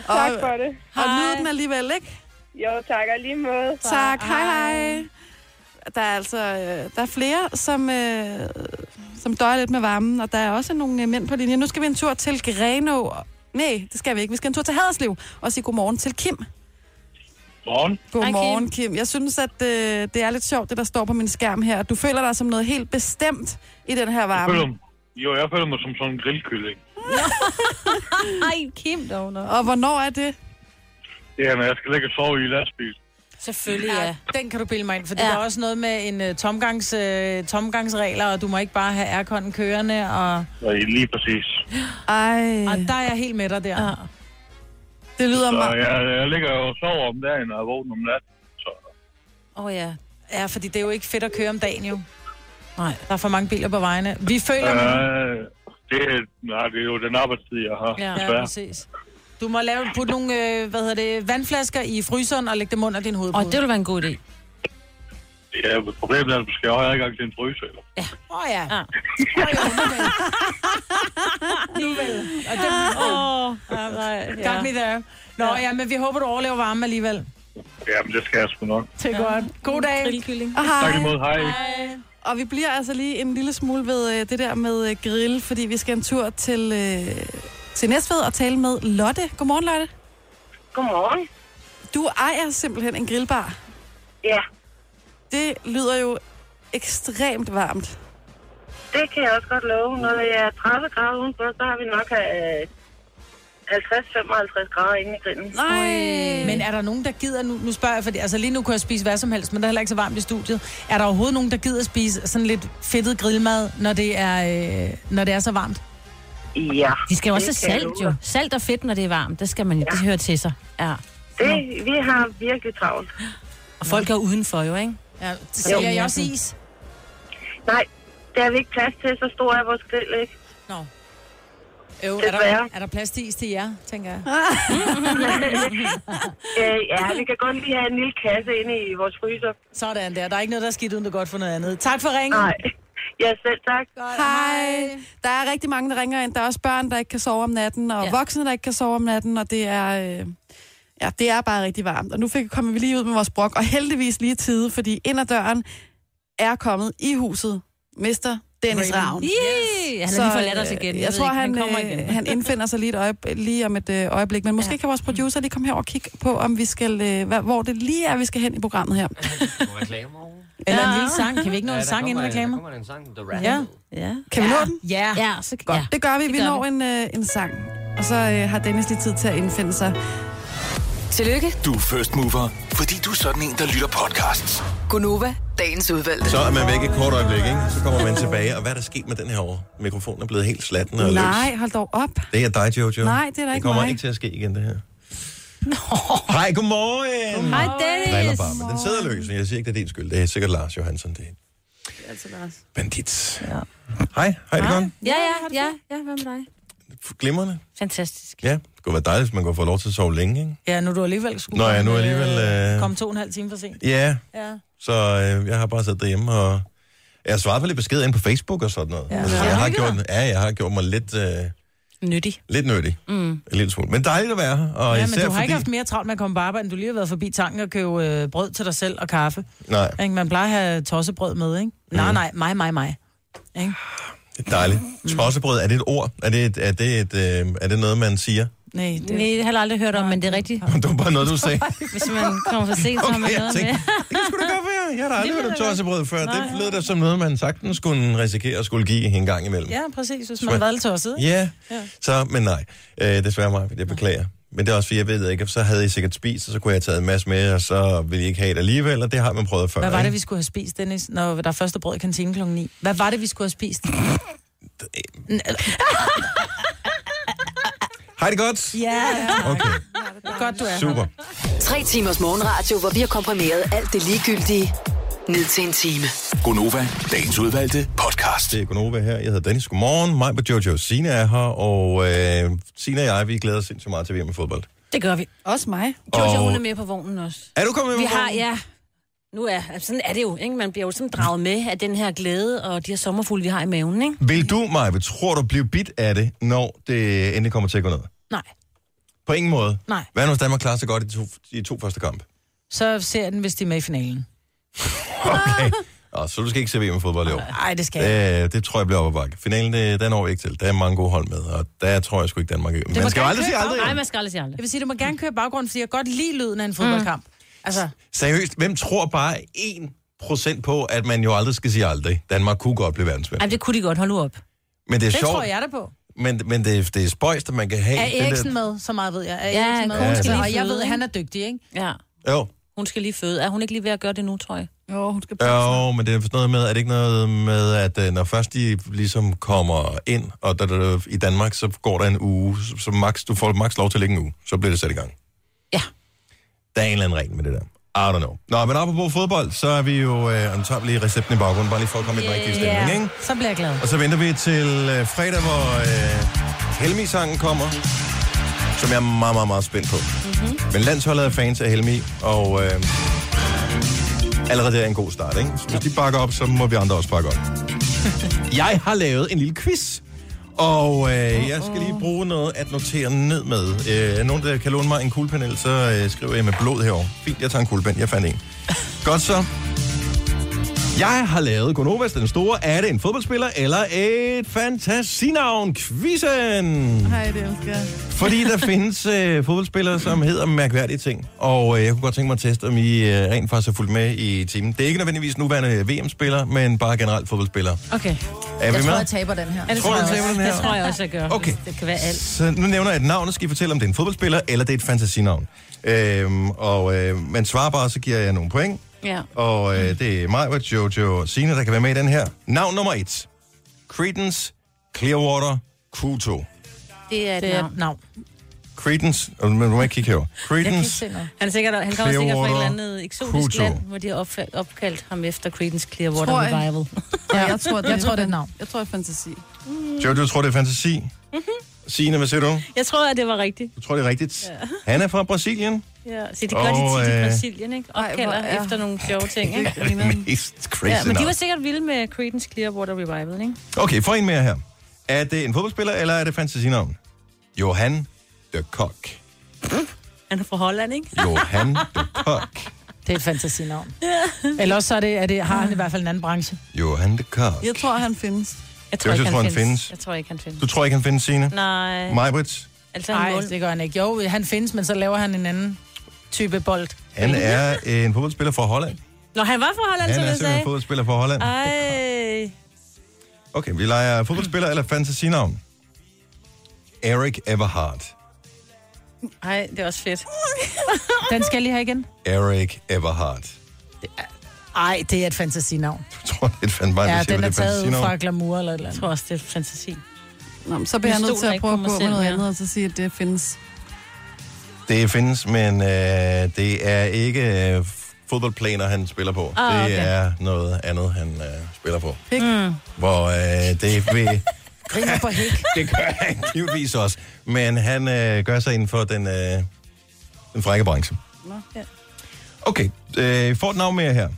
[SPEAKER 7] tak for det.
[SPEAKER 2] Og nyd den alligevel, ikke?
[SPEAKER 7] Jo, tak og i lige måde.
[SPEAKER 2] Tak. Hej, hej. Der er altså øh, der er flere, som, øh, som døjer lidt med varmen, og der er også nogle øh, mænd på linjen. Nu skal vi en tur til Grenå. Nej, det skal vi ikke. Vi skal en tur til Haderslev og sige godmorgen til Kim.
[SPEAKER 12] Morgen.
[SPEAKER 2] Godmorgen, Kim. Kim. Jeg synes, at øh, det er lidt sjovt, det der står på min skærm her. Du føler dig som noget helt bestemt i den her
[SPEAKER 12] Jeg føler,
[SPEAKER 2] varme.
[SPEAKER 12] jo, jeg føler mig som sådan en grillkylling.
[SPEAKER 3] Ej, Kim dog nok.
[SPEAKER 2] Og hvornår er det?
[SPEAKER 12] Ja, men jeg skal ligge og sove i lastbil.
[SPEAKER 4] Selvfølgelig, ja. Den kan du bilde mig ind, for ja. der er også noget med en uh, tomgangs, uh, tomgangsregler, og du må ikke bare have airconen kørende. Og...
[SPEAKER 12] Og lige præcis.
[SPEAKER 2] Ej.
[SPEAKER 4] Og der er jeg helt med dig der. Ja.
[SPEAKER 2] Det lyder
[SPEAKER 12] Så jeg, jeg ligger og sover om dagen og er vågen om natten.
[SPEAKER 4] Åh oh, ja. Ja, fordi det er jo ikke fedt at køre om dagen jo. Nej, der er for mange biler på vejene. Vi føler... med-
[SPEAKER 12] Øh, det, nej, det er jo den arbejdstid, jeg har.
[SPEAKER 4] Ja, ja
[SPEAKER 12] desværre.
[SPEAKER 4] præcis. Du må lave, putte nogle øh, hvad hedder det, vandflasker i fryseren og lægge dem under din hovedpude.
[SPEAKER 3] Åh, det ville være en god idé.
[SPEAKER 12] Ja, men problemet er, at du skal have adgang til en fryser. Eller?
[SPEAKER 4] Åh oh, ja. ja. nu vel. Og det, oh, ja. Got me there. Nå, ja. ja, men vi håber, du overlever varme alligevel.
[SPEAKER 12] Jamen, det skal jeg sgu nok.
[SPEAKER 4] Det er godt. God dag.
[SPEAKER 2] Og hej.
[SPEAKER 12] Tak imod, hej.
[SPEAKER 2] Og vi bliver altså lige en lille smule ved øh, det der med øh, grill, fordi vi skal en tur til, øh, til Næstved og tale med Lotte. Godmorgen, Lotte.
[SPEAKER 7] Godmorgen.
[SPEAKER 2] Du ejer simpelthen en grillbar.
[SPEAKER 7] Ja.
[SPEAKER 2] Det lyder jo ekstremt varmt.
[SPEAKER 7] Det kan jeg også godt love. Når det er 30 grader udenfor, så har vi nok øh, 50-55 grader inde i grillen.
[SPEAKER 3] Øh.
[SPEAKER 4] Nej. Men er der nogen, der gider nu? Nu spørger jeg, fordi altså lige nu kunne jeg spise hvad som helst, men der er heller ikke så varmt i studiet. Er der overhovedet nogen, der gider spise sådan lidt fedtet grillmad, når det er, øh, når det er så varmt?
[SPEAKER 7] Ja.
[SPEAKER 3] De skal jo også have salt,
[SPEAKER 7] Det kan jeg love
[SPEAKER 3] jo.
[SPEAKER 7] dig.
[SPEAKER 3] Salt og fedt, når det er varmt. Det skal man, ja. det hører til sig. Ja.
[SPEAKER 7] Det, vi har virkelig travlt.
[SPEAKER 3] Og folk er udenfor jo, ikke?
[SPEAKER 4] Ja, det
[SPEAKER 7] sælger I også
[SPEAKER 4] is?
[SPEAKER 7] Nej, det har vi ikke plads til, så stor er vores grill, ikke?
[SPEAKER 4] Nå. Jo, er der,
[SPEAKER 7] Desværre.
[SPEAKER 4] er der plads til is til jer, tænker jeg?
[SPEAKER 7] øh, ja, vi kan godt lige have en lille kasse inde i vores fryser.
[SPEAKER 4] Sådan der. Der er ikke noget, der er skidt uden det er godt for noget andet. Tak for ringen.
[SPEAKER 7] Nej. Ja, selv tak.
[SPEAKER 2] Hej. Der er rigtig mange, der ringer ind. Der er også børn, der ikke kan sove om natten, og ja. voksne, der ikke kan sove om natten, og det er... Øh, ja, det er bare rigtig varmt. Og nu fik, kommer vi lige ud med vores brok, og heldigvis lige i tide, fordi ind ad døren er kommet i huset, Mester Dennis
[SPEAKER 3] Raven.
[SPEAKER 2] Ravn.
[SPEAKER 3] Yes. Han har lige forladt os igen.
[SPEAKER 2] Jeg,
[SPEAKER 3] Jeg
[SPEAKER 2] jeg
[SPEAKER 3] ved
[SPEAKER 2] tror,
[SPEAKER 3] ikke,
[SPEAKER 2] han,
[SPEAKER 3] han kommer
[SPEAKER 2] øh,
[SPEAKER 3] igen.
[SPEAKER 2] han indfinder sig lige, et øjeb, lige om et øh, øjeblik, men måske ja. kan vores producer lige komme herover og kigge på, om vi skal, øh, hva- hvor det lige er, vi skal hen i programmet her.
[SPEAKER 4] Eller en lille sang. Kan vi ikke nå en sang inden reklamer?
[SPEAKER 13] kommer en sang, The
[SPEAKER 4] Ja.
[SPEAKER 3] ja.
[SPEAKER 2] Kan vi nå den?
[SPEAKER 4] Ja.
[SPEAKER 3] ja så,
[SPEAKER 2] Godt,
[SPEAKER 3] ja.
[SPEAKER 2] det gør vi. Vi når en, øh, en sang. Og så øh, har Dennis lige tid til at indfinde sig.
[SPEAKER 5] Tillykke,
[SPEAKER 6] Du er first mover, fordi du er sådan en, der lytter podcasts.
[SPEAKER 5] Gunova, dagens udvalgte.
[SPEAKER 1] Så er man væk et kort øjeblik, ikke? Så kommer man tilbage. Og hvad er der sket med den her år? Mikrofonen er blevet helt slatten og løs.
[SPEAKER 2] Nej, hold dog op.
[SPEAKER 1] Det er dig, Jojo.
[SPEAKER 2] Nej, det er da ikke
[SPEAKER 1] Det kommer
[SPEAKER 2] mig.
[SPEAKER 1] ikke til at ske igen, det her. Hej, godmorgen.
[SPEAKER 2] Hej,
[SPEAKER 1] Driller bare, men den sidder løs. men Jeg siger ikke, det er din skyld. Det er sikkert Lars Johansson, det er bandit. Ja. Hej, hej, det godt.
[SPEAKER 3] Ja, ja, ja, ja. Hvad med dig?
[SPEAKER 1] Glimrende.
[SPEAKER 3] Fantastisk.
[SPEAKER 1] Ja, det kunne være dejligt, hvis man kunne få lov til at sove længe, ikke?
[SPEAKER 4] Ja, nu er du alligevel skulle
[SPEAKER 1] Nå ja, nu alligevel, øh,
[SPEAKER 4] Kom to og en halv time for sent.
[SPEAKER 1] Ja,
[SPEAKER 4] Ja.
[SPEAKER 1] Så øh, jeg har bare siddet derhjemme og... Jeg har svaret på lidt beskeder ind på Facebook og sådan noget. Ja, altså,
[SPEAKER 3] Nå,
[SPEAKER 1] jeg, har
[SPEAKER 3] hygger.
[SPEAKER 1] gjort, ja, jeg har gjort mig lidt, øh,
[SPEAKER 3] Nyttig.
[SPEAKER 1] lidt nyttig.
[SPEAKER 4] Mm.
[SPEAKER 1] En lille smule. Men dejligt at være her. Og
[SPEAKER 4] ja, men
[SPEAKER 1] især
[SPEAKER 4] du har
[SPEAKER 1] fordi...
[SPEAKER 4] ikke haft mere travlt med at komme på arbejde, end du lige har været forbi tanken og købe øh, brød til dig selv og kaffe.
[SPEAKER 1] Nej.
[SPEAKER 4] Ikke? Man plejer at have tossebrød med, ikke? Mm. Nej, nej, mig, mig, mig. Ikke?
[SPEAKER 1] Dejligt. Tossebrød, er det et ord? Er det, et, er, det et, øh, er det noget, man siger?
[SPEAKER 4] Nej,
[SPEAKER 3] det... Nej, det har jeg aldrig hørt om, men det er rigtigt.
[SPEAKER 1] Det var bare noget, du sagde.
[SPEAKER 3] Hvis man kommer for sent, så har man
[SPEAKER 1] Okay, jeg
[SPEAKER 3] noget
[SPEAKER 1] tænkte,
[SPEAKER 3] med.
[SPEAKER 1] Det skulle da godt være. Jeg har da aldrig hørt om tossebrød før.
[SPEAKER 4] Nej.
[SPEAKER 1] Det lød da som noget, man sagtens skulle risikere at skulle give en gang imellem.
[SPEAKER 4] Ja, præcis, hvis
[SPEAKER 1] Så-
[SPEAKER 4] man har været lidt tosset. ikke?
[SPEAKER 1] Ja, så, men nej. Øh, desværre mig, jeg beklager. Men det er også, fordi jeg ved ikke, så havde I sikkert spist, og så kunne jeg have taget en masse med, og så ville I ikke have det alligevel, og det har man prøvet før.
[SPEAKER 4] Hvad var det,
[SPEAKER 1] ikke?
[SPEAKER 4] vi skulle have spist, Dennis, når der er første brød i kantinen kl. 9? Hvad var det, vi skulle have spist?
[SPEAKER 1] Hej det godt.
[SPEAKER 4] Ja.
[SPEAKER 1] Okay,
[SPEAKER 4] Godt, du er
[SPEAKER 1] super.
[SPEAKER 5] Tre timers morgenradio, hvor vi har komprimeret alt det ligegyldige ned til en time.
[SPEAKER 1] Gonova, dagens udvalgte podcast. Det er Gonova her. Jeg hedder Dennis. Godmorgen. Mig på Jojo. Sina er her, og øh, Sina og jeg, vi glæder os sindssygt meget til VM i fodbold.
[SPEAKER 3] Det gør vi.
[SPEAKER 2] Også mig.
[SPEAKER 3] Jojo,
[SPEAKER 1] Og-
[SPEAKER 3] hun er med på vognen også.
[SPEAKER 1] Er du kommet med
[SPEAKER 3] vi
[SPEAKER 1] på
[SPEAKER 3] har,
[SPEAKER 1] vognen?
[SPEAKER 3] ja. Nu er, altså, sådan er det jo, ikke? Man bliver jo sådan draget med af den her glæde og de her sommerfugle, vi har i maven, ikke?
[SPEAKER 1] Vil du, Maja, tror du blive bidt af det, når det endelig kommer til at gå ned?
[SPEAKER 3] Nej.
[SPEAKER 1] På ingen måde.
[SPEAKER 4] Nej.
[SPEAKER 1] Hvad nu, hvis Danmark klarer sig godt i de to, de to første kampe?
[SPEAKER 4] Så ser jeg den, hvis de er med i finalen.
[SPEAKER 1] Okay. Nå, så du skal ikke se VM i fodbold i år. Øh,
[SPEAKER 4] Nej, det skal jeg ikke.
[SPEAKER 1] Det, det tror jeg bliver op ad bakke. Finalen, det, den når vi ikke til. Der er mange gode hold med, og der tror jeg sgu ikke Danmark.
[SPEAKER 4] Det må
[SPEAKER 1] Man skal jo
[SPEAKER 4] gerne
[SPEAKER 1] aldrig sige
[SPEAKER 4] køre
[SPEAKER 1] aldrig.
[SPEAKER 4] bag-
[SPEAKER 3] Nej, man skal aldrig sige aldrig.
[SPEAKER 4] Jeg vil sige, du må gerne køre baggrund, fordi jeg godt lide lyden af en fodboldkamp.
[SPEAKER 1] Mm.
[SPEAKER 4] Altså,
[SPEAKER 1] Seriøst, hvem tror bare 1% på, at man jo aldrig skal sige aldrig? Danmark kunne godt blive verdensmester.
[SPEAKER 3] Ej, det kunne de godt. Hold nu op.
[SPEAKER 1] Men det er
[SPEAKER 4] det
[SPEAKER 1] sjovt,
[SPEAKER 4] tror jeg da på.
[SPEAKER 1] men, men det, det er spøjst, at man kan have...
[SPEAKER 4] Er
[SPEAKER 1] det der-
[SPEAKER 4] Eriksen med? Så meget ved jeg. Er
[SPEAKER 3] Ja,
[SPEAKER 4] Eriksen med?
[SPEAKER 1] konen skal
[SPEAKER 4] Altså,
[SPEAKER 1] lige
[SPEAKER 4] og jeg
[SPEAKER 3] føde,
[SPEAKER 4] ved, at
[SPEAKER 3] ikke?
[SPEAKER 4] han er dygtig, ikke?
[SPEAKER 3] Ja.
[SPEAKER 1] Jo.
[SPEAKER 3] Hun skal lige føde. Er hun ikke lige ved at gøre det nu, tror jeg?
[SPEAKER 2] Jo, hun skal
[SPEAKER 1] Jo, men det er sådan noget med, er det ikke noget med, at øh, når først de ligesom kommer ind og da, da, da, i Danmark, så går der en uge, så, så max, du får max lov til at ligge en uge, så bliver det sat i gang.
[SPEAKER 3] Ja.
[SPEAKER 1] Der er en eller anden regel med det der. I don't know. Nå, men apropos fodbold, så er vi jo, øh, og nu tager vi lige recepten i baggrunden, bare lige for at komme i den rigtige stemning, ikke?
[SPEAKER 4] Så bliver jeg glad.
[SPEAKER 1] Og så venter vi til øh, fredag, hvor øh, Helmi-sangen kommer, som jeg er meget, meget, meget spændt på. Mm-hmm. Men landsholdet er fans af Helmi, og øh, allerede det er en god start, ikke? Så hvis de bakker op, så må vi andre også bakke op. jeg har lavet en lille quiz, og øh, jeg skal lige bruge noget at notere ned med. Øh, er nogen, der kan låne mig en kuglepanel, så øh, skriver jeg med blod herover. Fint, jeg tager en kuglepen. Jeg fandt en. Godt så. Jeg har lavet Gonovas den store. Er det en fodboldspiller eller et fantasinavn? Quizzen!
[SPEAKER 2] Hej, det elsker jeg.
[SPEAKER 1] Fordi der findes øh, fodboldspillere, som hedder mærkværdige ting. Og øh, jeg kunne godt tænke mig at teste, om I øh, rent faktisk har fulgt med i timen. Det er ikke nødvendigvis nuværende VM-spillere, men bare generelt fodboldspillere.
[SPEAKER 3] Okay.
[SPEAKER 1] Er vi
[SPEAKER 4] jeg tror,
[SPEAKER 1] med?
[SPEAKER 4] jeg taber den her.
[SPEAKER 3] Ja, det
[SPEAKER 1] Tror
[SPEAKER 3] tror,
[SPEAKER 1] du,
[SPEAKER 3] jeg
[SPEAKER 1] du taber
[SPEAKER 3] også.
[SPEAKER 1] den her?
[SPEAKER 3] Det tror jeg også, jeg gør.
[SPEAKER 1] Okay.
[SPEAKER 3] Det kan være alt.
[SPEAKER 1] Så nu nævner jeg et navn, og så skal I fortælle, om det er en fodboldspiller, eller det er et fantasinavn. Øhm, og øh, man svarer bare, så giver jeg nogle point.
[SPEAKER 3] Ja.
[SPEAKER 1] Og øh, det er mig, Jojo og Sina, der kan være med i den her. Navn nummer et. Credence Clearwater Kuto.
[SPEAKER 3] Det er et
[SPEAKER 4] Det er
[SPEAKER 3] navn.
[SPEAKER 4] et navn.
[SPEAKER 1] Credence, øh, men du må ikke kigge herover. Credence,
[SPEAKER 3] Han, er sikkert, han kommer sikkert fra et eller
[SPEAKER 1] Clearwater
[SPEAKER 3] andet eksotisk
[SPEAKER 1] Kuto.
[SPEAKER 3] land, hvor de har opfa- opkaldt ham efter Creedence Clearwater
[SPEAKER 2] Tror jeg.
[SPEAKER 3] Revival.
[SPEAKER 2] Ja, jeg tror, det,
[SPEAKER 4] Jeg tror, det er et navn.
[SPEAKER 2] Jeg tror, det er fantasi.
[SPEAKER 1] Jojo tror, det er fantasi.
[SPEAKER 3] Mhm.
[SPEAKER 1] Sina, hvad siger du?
[SPEAKER 3] Jeg tror, at det var rigtigt.
[SPEAKER 1] Du tror, det er rigtigt. Ja. Han er fra Brasilien.
[SPEAKER 3] Ja. Så det gør
[SPEAKER 1] Og,
[SPEAKER 3] de tit i
[SPEAKER 1] øh,
[SPEAKER 3] Brasilien, ikke? Opkalder
[SPEAKER 2] hvor er-
[SPEAKER 3] efter nogle sjove ting, ikke?
[SPEAKER 1] Det er det mest crazy
[SPEAKER 3] Ja, men de
[SPEAKER 1] navn.
[SPEAKER 3] var sikkert vilde med Creedence Clearwater Revival, ikke?
[SPEAKER 1] Okay, få en mere her. Er det en fodboldspiller, eller er det fantasinavn? Johan de Kok.
[SPEAKER 3] Han er fra Holland, ikke?
[SPEAKER 1] Johan de Kok.
[SPEAKER 4] Det er et fantasinavn. Eller også så er det, er det, har han i hvert fald en anden branche.
[SPEAKER 1] Johan de Kok.
[SPEAKER 2] Jeg tror, han findes.
[SPEAKER 3] Jeg
[SPEAKER 1] tror ikke, han tror, han findes.
[SPEAKER 3] Jeg tror ikke, han findes.
[SPEAKER 1] Du tror ikke, han findes, Sina?
[SPEAKER 3] Nej.
[SPEAKER 1] Majbrits?
[SPEAKER 3] Altså, han
[SPEAKER 4] Nej, det gør han ikke. Jo, han findes, men så laver han en anden type bold.
[SPEAKER 1] Han er en fodboldspiller fra Holland.
[SPEAKER 3] Nå, han var fra Holland,
[SPEAKER 1] Han
[SPEAKER 3] som
[SPEAKER 1] er
[SPEAKER 3] jeg
[SPEAKER 1] simpelthen
[SPEAKER 3] sagde.
[SPEAKER 1] fodboldspiller fra Holland.
[SPEAKER 3] Ej.
[SPEAKER 1] Okay, vi leger fodboldspiller eller fantasinavn. Eric Everhart.
[SPEAKER 3] Ej, det er også fedt.
[SPEAKER 4] Den skal jeg lige have igen.
[SPEAKER 1] Eric Everhart.
[SPEAKER 4] Ej, det er et fantasinavn.
[SPEAKER 1] Du tror, det er et fandme
[SPEAKER 4] Ja,
[SPEAKER 1] ja,
[SPEAKER 4] den er
[SPEAKER 1] det
[SPEAKER 4] taget ud
[SPEAKER 1] fantasinavn.
[SPEAKER 4] fra glamour eller et eller andet.
[SPEAKER 3] Jeg tror også, det er fantasi.
[SPEAKER 2] Nå, men så bliver
[SPEAKER 4] Nu
[SPEAKER 2] jeg
[SPEAKER 4] stoler
[SPEAKER 2] nødt til
[SPEAKER 4] jeg
[SPEAKER 2] at
[SPEAKER 4] ikke
[SPEAKER 2] prøve
[SPEAKER 4] på
[SPEAKER 2] at
[SPEAKER 4] mig
[SPEAKER 2] gå med
[SPEAKER 4] selv
[SPEAKER 2] noget
[SPEAKER 4] mere.
[SPEAKER 2] andet, og så sige, at det findes.
[SPEAKER 1] Det findes, men øh, det er ikke øh, fodboldplaner, han spiller på.
[SPEAKER 2] Ah,
[SPEAKER 1] Det
[SPEAKER 2] okay.
[SPEAKER 1] er noget andet, han øh, spiller på.
[SPEAKER 2] Mm.
[SPEAKER 1] Hvor øh, det vil...
[SPEAKER 4] Griner på hæk.
[SPEAKER 1] det gør han givetvis også. Men han øh, gør sig inden for den, øh, den frække branche.
[SPEAKER 2] Nå, ja.
[SPEAKER 1] Okay, øh, får et navn mere her.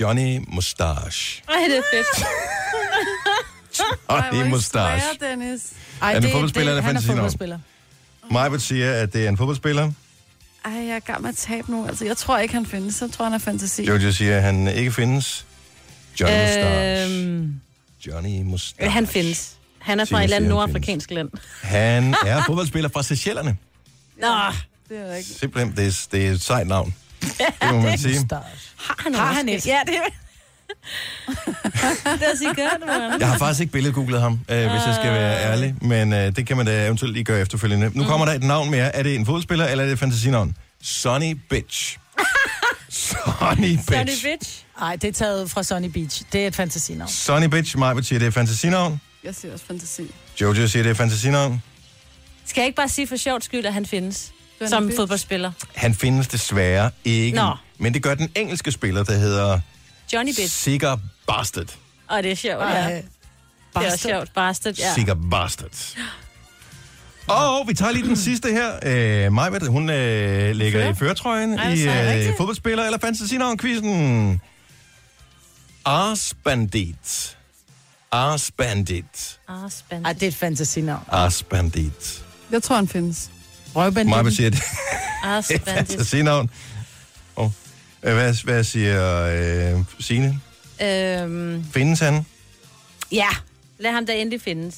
[SPEAKER 1] Johnny Mustache.
[SPEAKER 3] Ej, det er fedt.
[SPEAKER 1] Johnny Mustache.
[SPEAKER 2] Dennis.
[SPEAKER 1] Er det fodboldspiller eller
[SPEAKER 2] han er
[SPEAKER 1] fantasynavn?
[SPEAKER 2] fodboldspiller.
[SPEAKER 1] Majbert siger, at det er en fodboldspiller.
[SPEAKER 2] Ej, jeg er gammel at tabe nu. Altså, jeg tror ikke, han findes. Jeg tror, han er fantasi.
[SPEAKER 1] Jojo siger, at han ikke findes. Johnny øh... Mustache. Johnny Mustache.
[SPEAKER 3] han findes. Han er fra
[SPEAKER 1] Signe
[SPEAKER 3] et eller andet
[SPEAKER 1] siger, han
[SPEAKER 3] nordafrikansk land.
[SPEAKER 1] Han er fodboldspiller fra Seychellerne.
[SPEAKER 3] Nå, det er ikke.
[SPEAKER 1] Simpelthen, det er, det er et sejt navn. Det må man sige.
[SPEAKER 3] Har han,
[SPEAKER 4] Har
[SPEAKER 3] også
[SPEAKER 4] han
[SPEAKER 3] det?
[SPEAKER 4] et?
[SPEAKER 3] Ja, det er... Lad os sige godt, man.
[SPEAKER 1] Jeg har faktisk ikke billedgooglet ham, øh, hvis jeg skal være ærlig. Men øh, det kan man da eventuelt lige gøre efterfølgende. Nu kommer der et navn mere. Er det en fodspiller, eller er det et fantasinavn? Sonny Bitch. Sonny Bitch.
[SPEAKER 3] Bitch.
[SPEAKER 4] Nej, det er taget fra Sunny Beach. Det er et fantasinavn.
[SPEAKER 1] Sonny Bitch. Majbert siger, det er et fantasinavn.
[SPEAKER 2] Jeg siger også fantasi.
[SPEAKER 1] Jojo siger, det er et fantasinavn.
[SPEAKER 3] Skal jeg ikke bare sige for sjovt skyld, at han findes?
[SPEAKER 2] Johnny
[SPEAKER 3] som
[SPEAKER 2] Bitch.
[SPEAKER 3] fodboldspiller.
[SPEAKER 1] Han findes desværre ikke.
[SPEAKER 3] Nå.
[SPEAKER 1] Men det gør den engelske spiller, der hedder
[SPEAKER 3] Johnny Bitch.
[SPEAKER 1] Sigur Bastard.
[SPEAKER 3] Og det er sjovt,
[SPEAKER 4] Ej,
[SPEAKER 3] ja. Det er også sjovt. Bastard, ja.
[SPEAKER 1] Sigur Bastard. Og vi tager lige den sidste her. Øh, Majbert, hun øh, ligger i føretrøjen
[SPEAKER 6] Ej, hvor
[SPEAKER 1] i
[SPEAKER 6] sejt.
[SPEAKER 1] øh, fodboldspiller eller fantasinavn-quizzen. Ars Bandit. Ars Bandit.
[SPEAKER 3] Ah, spændende.
[SPEAKER 4] Ej, det er et fantasinavn.
[SPEAKER 1] Ars Bandit.
[SPEAKER 2] Jeg tror, han findes.
[SPEAKER 4] Røvbandit.
[SPEAKER 1] Majbert siger, det
[SPEAKER 3] Ah,
[SPEAKER 1] er et fantasinavn. Og, øh, hvad, hvad siger øh, Signe?
[SPEAKER 3] Øhm,
[SPEAKER 1] Findes han?
[SPEAKER 3] ja, lad ham da endelig findes.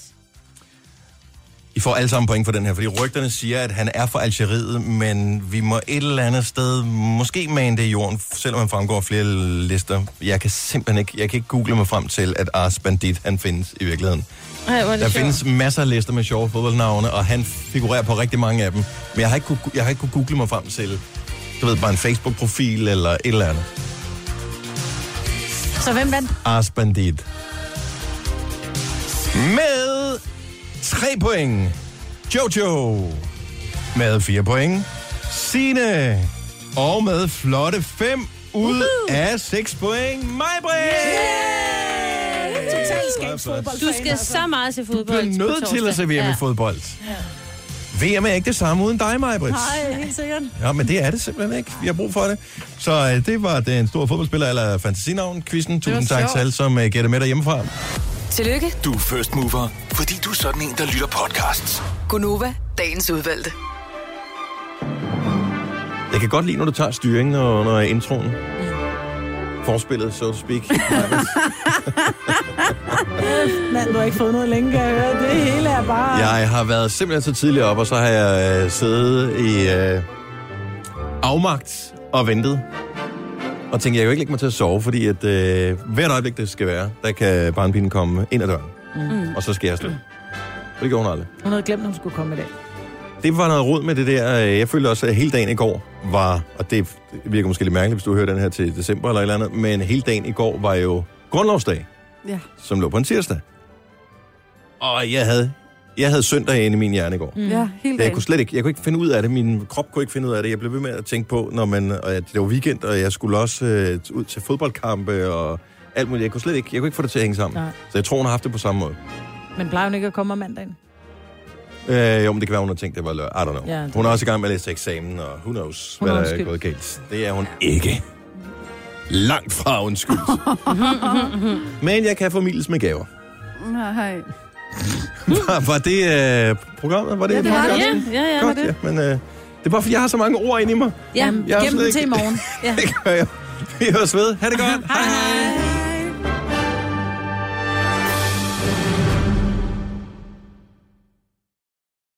[SPEAKER 1] I får alle sammen point for den her, fordi rygterne siger, at han er fra Algeriet, men vi må et eller andet sted måske mane det i jorden, selvom han fremgår af flere lister. Jeg kan simpelthen ikke, jeg kan ikke google mig frem til, at Ars Bandit, han findes i virkeligheden.
[SPEAKER 3] Ej, hvor er det
[SPEAKER 1] Der
[SPEAKER 3] sjovt.
[SPEAKER 1] findes masser af lister med sjove fodboldnavne, og han figurerer på rigtig mange af dem. Men jeg har ikke kunne, jeg har ikke kunne google mig frem til, du ved, bare en Facebook-profil eller et eller andet.
[SPEAKER 4] Så hvem vandt?
[SPEAKER 1] Ars Bandit. Med 3 point. Jojo. Med 4 point. Sine. Og med flotte 5 ud af 6 point. Majbrit! Yeah!
[SPEAKER 3] Du skal så meget se
[SPEAKER 1] Du er
[SPEAKER 3] fodbold.
[SPEAKER 1] nødt til at se VM i fodbold. VM er ikke det samme uden dig, Majbrit.
[SPEAKER 3] Nej, helt sikkert.
[SPEAKER 1] Ja, men det er det simpelthen ikke. Vi har brug for det. Så øh, det var den store fodboldspiller, eller fantasinavn-quizzen. Tusind tak
[SPEAKER 6] sjovt.
[SPEAKER 1] til alle, som øh, gætter med derhjemmefra.
[SPEAKER 5] Tillykke,
[SPEAKER 6] Du er first mover, fordi du er sådan en, der lytter podcasts.
[SPEAKER 5] Gunova, dagens udvalgte.
[SPEAKER 1] Jeg kan godt lide, når du tager styringen og når introen.
[SPEAKER 4] Mm.
[SPEAKER 1] Forspillet, so to speak.
[SPEAKER 4] Mand, du har ikke fået noget længe, kan jeg høre. Det hele er bare...
[SPEAKER 1] jeg har været simpelthen så tidligt op, og så har jeg øh, siddet i øh, afmagt og ventet. Og tænkte, jeg kan jo ikke lægge mig til at sove, fordi at, øh, hvert øjeblik, det skal være, der kan barnpigen komme ind ad døren.
[SPEAKER 4] Mm.
[SPEAKER 1] Og så skal jeg slå. Og det gjorde hun aldrig.
[SPEAKER 4] Hun havde glemt, at hun skulle komme i dag.
[SPEAKER 1] Det var noget rod med det der. øh, Jeg følte også, at hele dagen i går var, og det virker måske lidt mærkeligt, hvis du hører den her til december eller et eller andet, men hele dagen i går var jo grundlovsdag,
[SPEAKER 2] Ja.
[SPEAKER 1] som lå på en tirsdag. Og jeg havde, jeg havde søndag inde i min hjerne i går.
[SPEAKER 2] Mm. Ja, helt
[SPEAKER 1] Jeg
[SPEAKER 2] dagen.
[SPEAKER 1] kunne slet ikke, jeg kunne ikke finde ud af det. Min krop kunne ikke finde ud af det. Jeg blev ved med at tænke på, når man, og at det var weekend, og jeg skulle også øh, ud til fodboldkampe og alt muligt. Jeg kunne slet ikke, jeg kunne ikke få det til at hænge sammen.
[SPEAKER 4] Nej.
[SPEAKER 1] Så jeg tror, hun har haft det på samme måde.
[SPEAKER 4] Men plejer hun ikke at komme om mandagen?
[SPEAKER 1] Øh, jo, men det kan være, hun har tænkt, det var lørdag. I don't know.
[SPEAKER 4] Ja,
[SPEAKER 1] Ja,
[SPEAKER 4] det-
[SPEAKER 1] hun er også i gang med at læse til eksamen, og who knows,
[SPEAKER 4] Hun
[SPEAKER 1] hvad
[SPEAKER 4] er
[SPEAKER 1] der er
[SPEAKER 4] undskyldt.
[SPEAKER 1] gået galt. Det er hun ikke. Langt fra undskyld. men jeg kan formidles med gaver.
[SPEAKER 2] Nej.
[SPEAKER 1] var, var det øh, programmet? Var det,
[SPEAKER 2] Ja, det var det.
[SPEAKER 1] podcasten?
[SPEAKER 2] Ja, ja, ja,
[SPEAKER 1] Godt,
[SPEAKER 2] det var
[SPEAKER 1] ja. Men øh, det er bare, fordi jeg har så mange ord inde i mig.
[SPEAKER 3] Ja,
[SPEAKER 1] Jeg har
[SPEAKER 4] gem
[SPEAKER 1] slet
[SPEAKER 4] den til i morgen. Ja.
[SPEAKER 1] Det gør jeg. Vi høres ved. Ha' det godt.
[SPEAKER 3] Hej.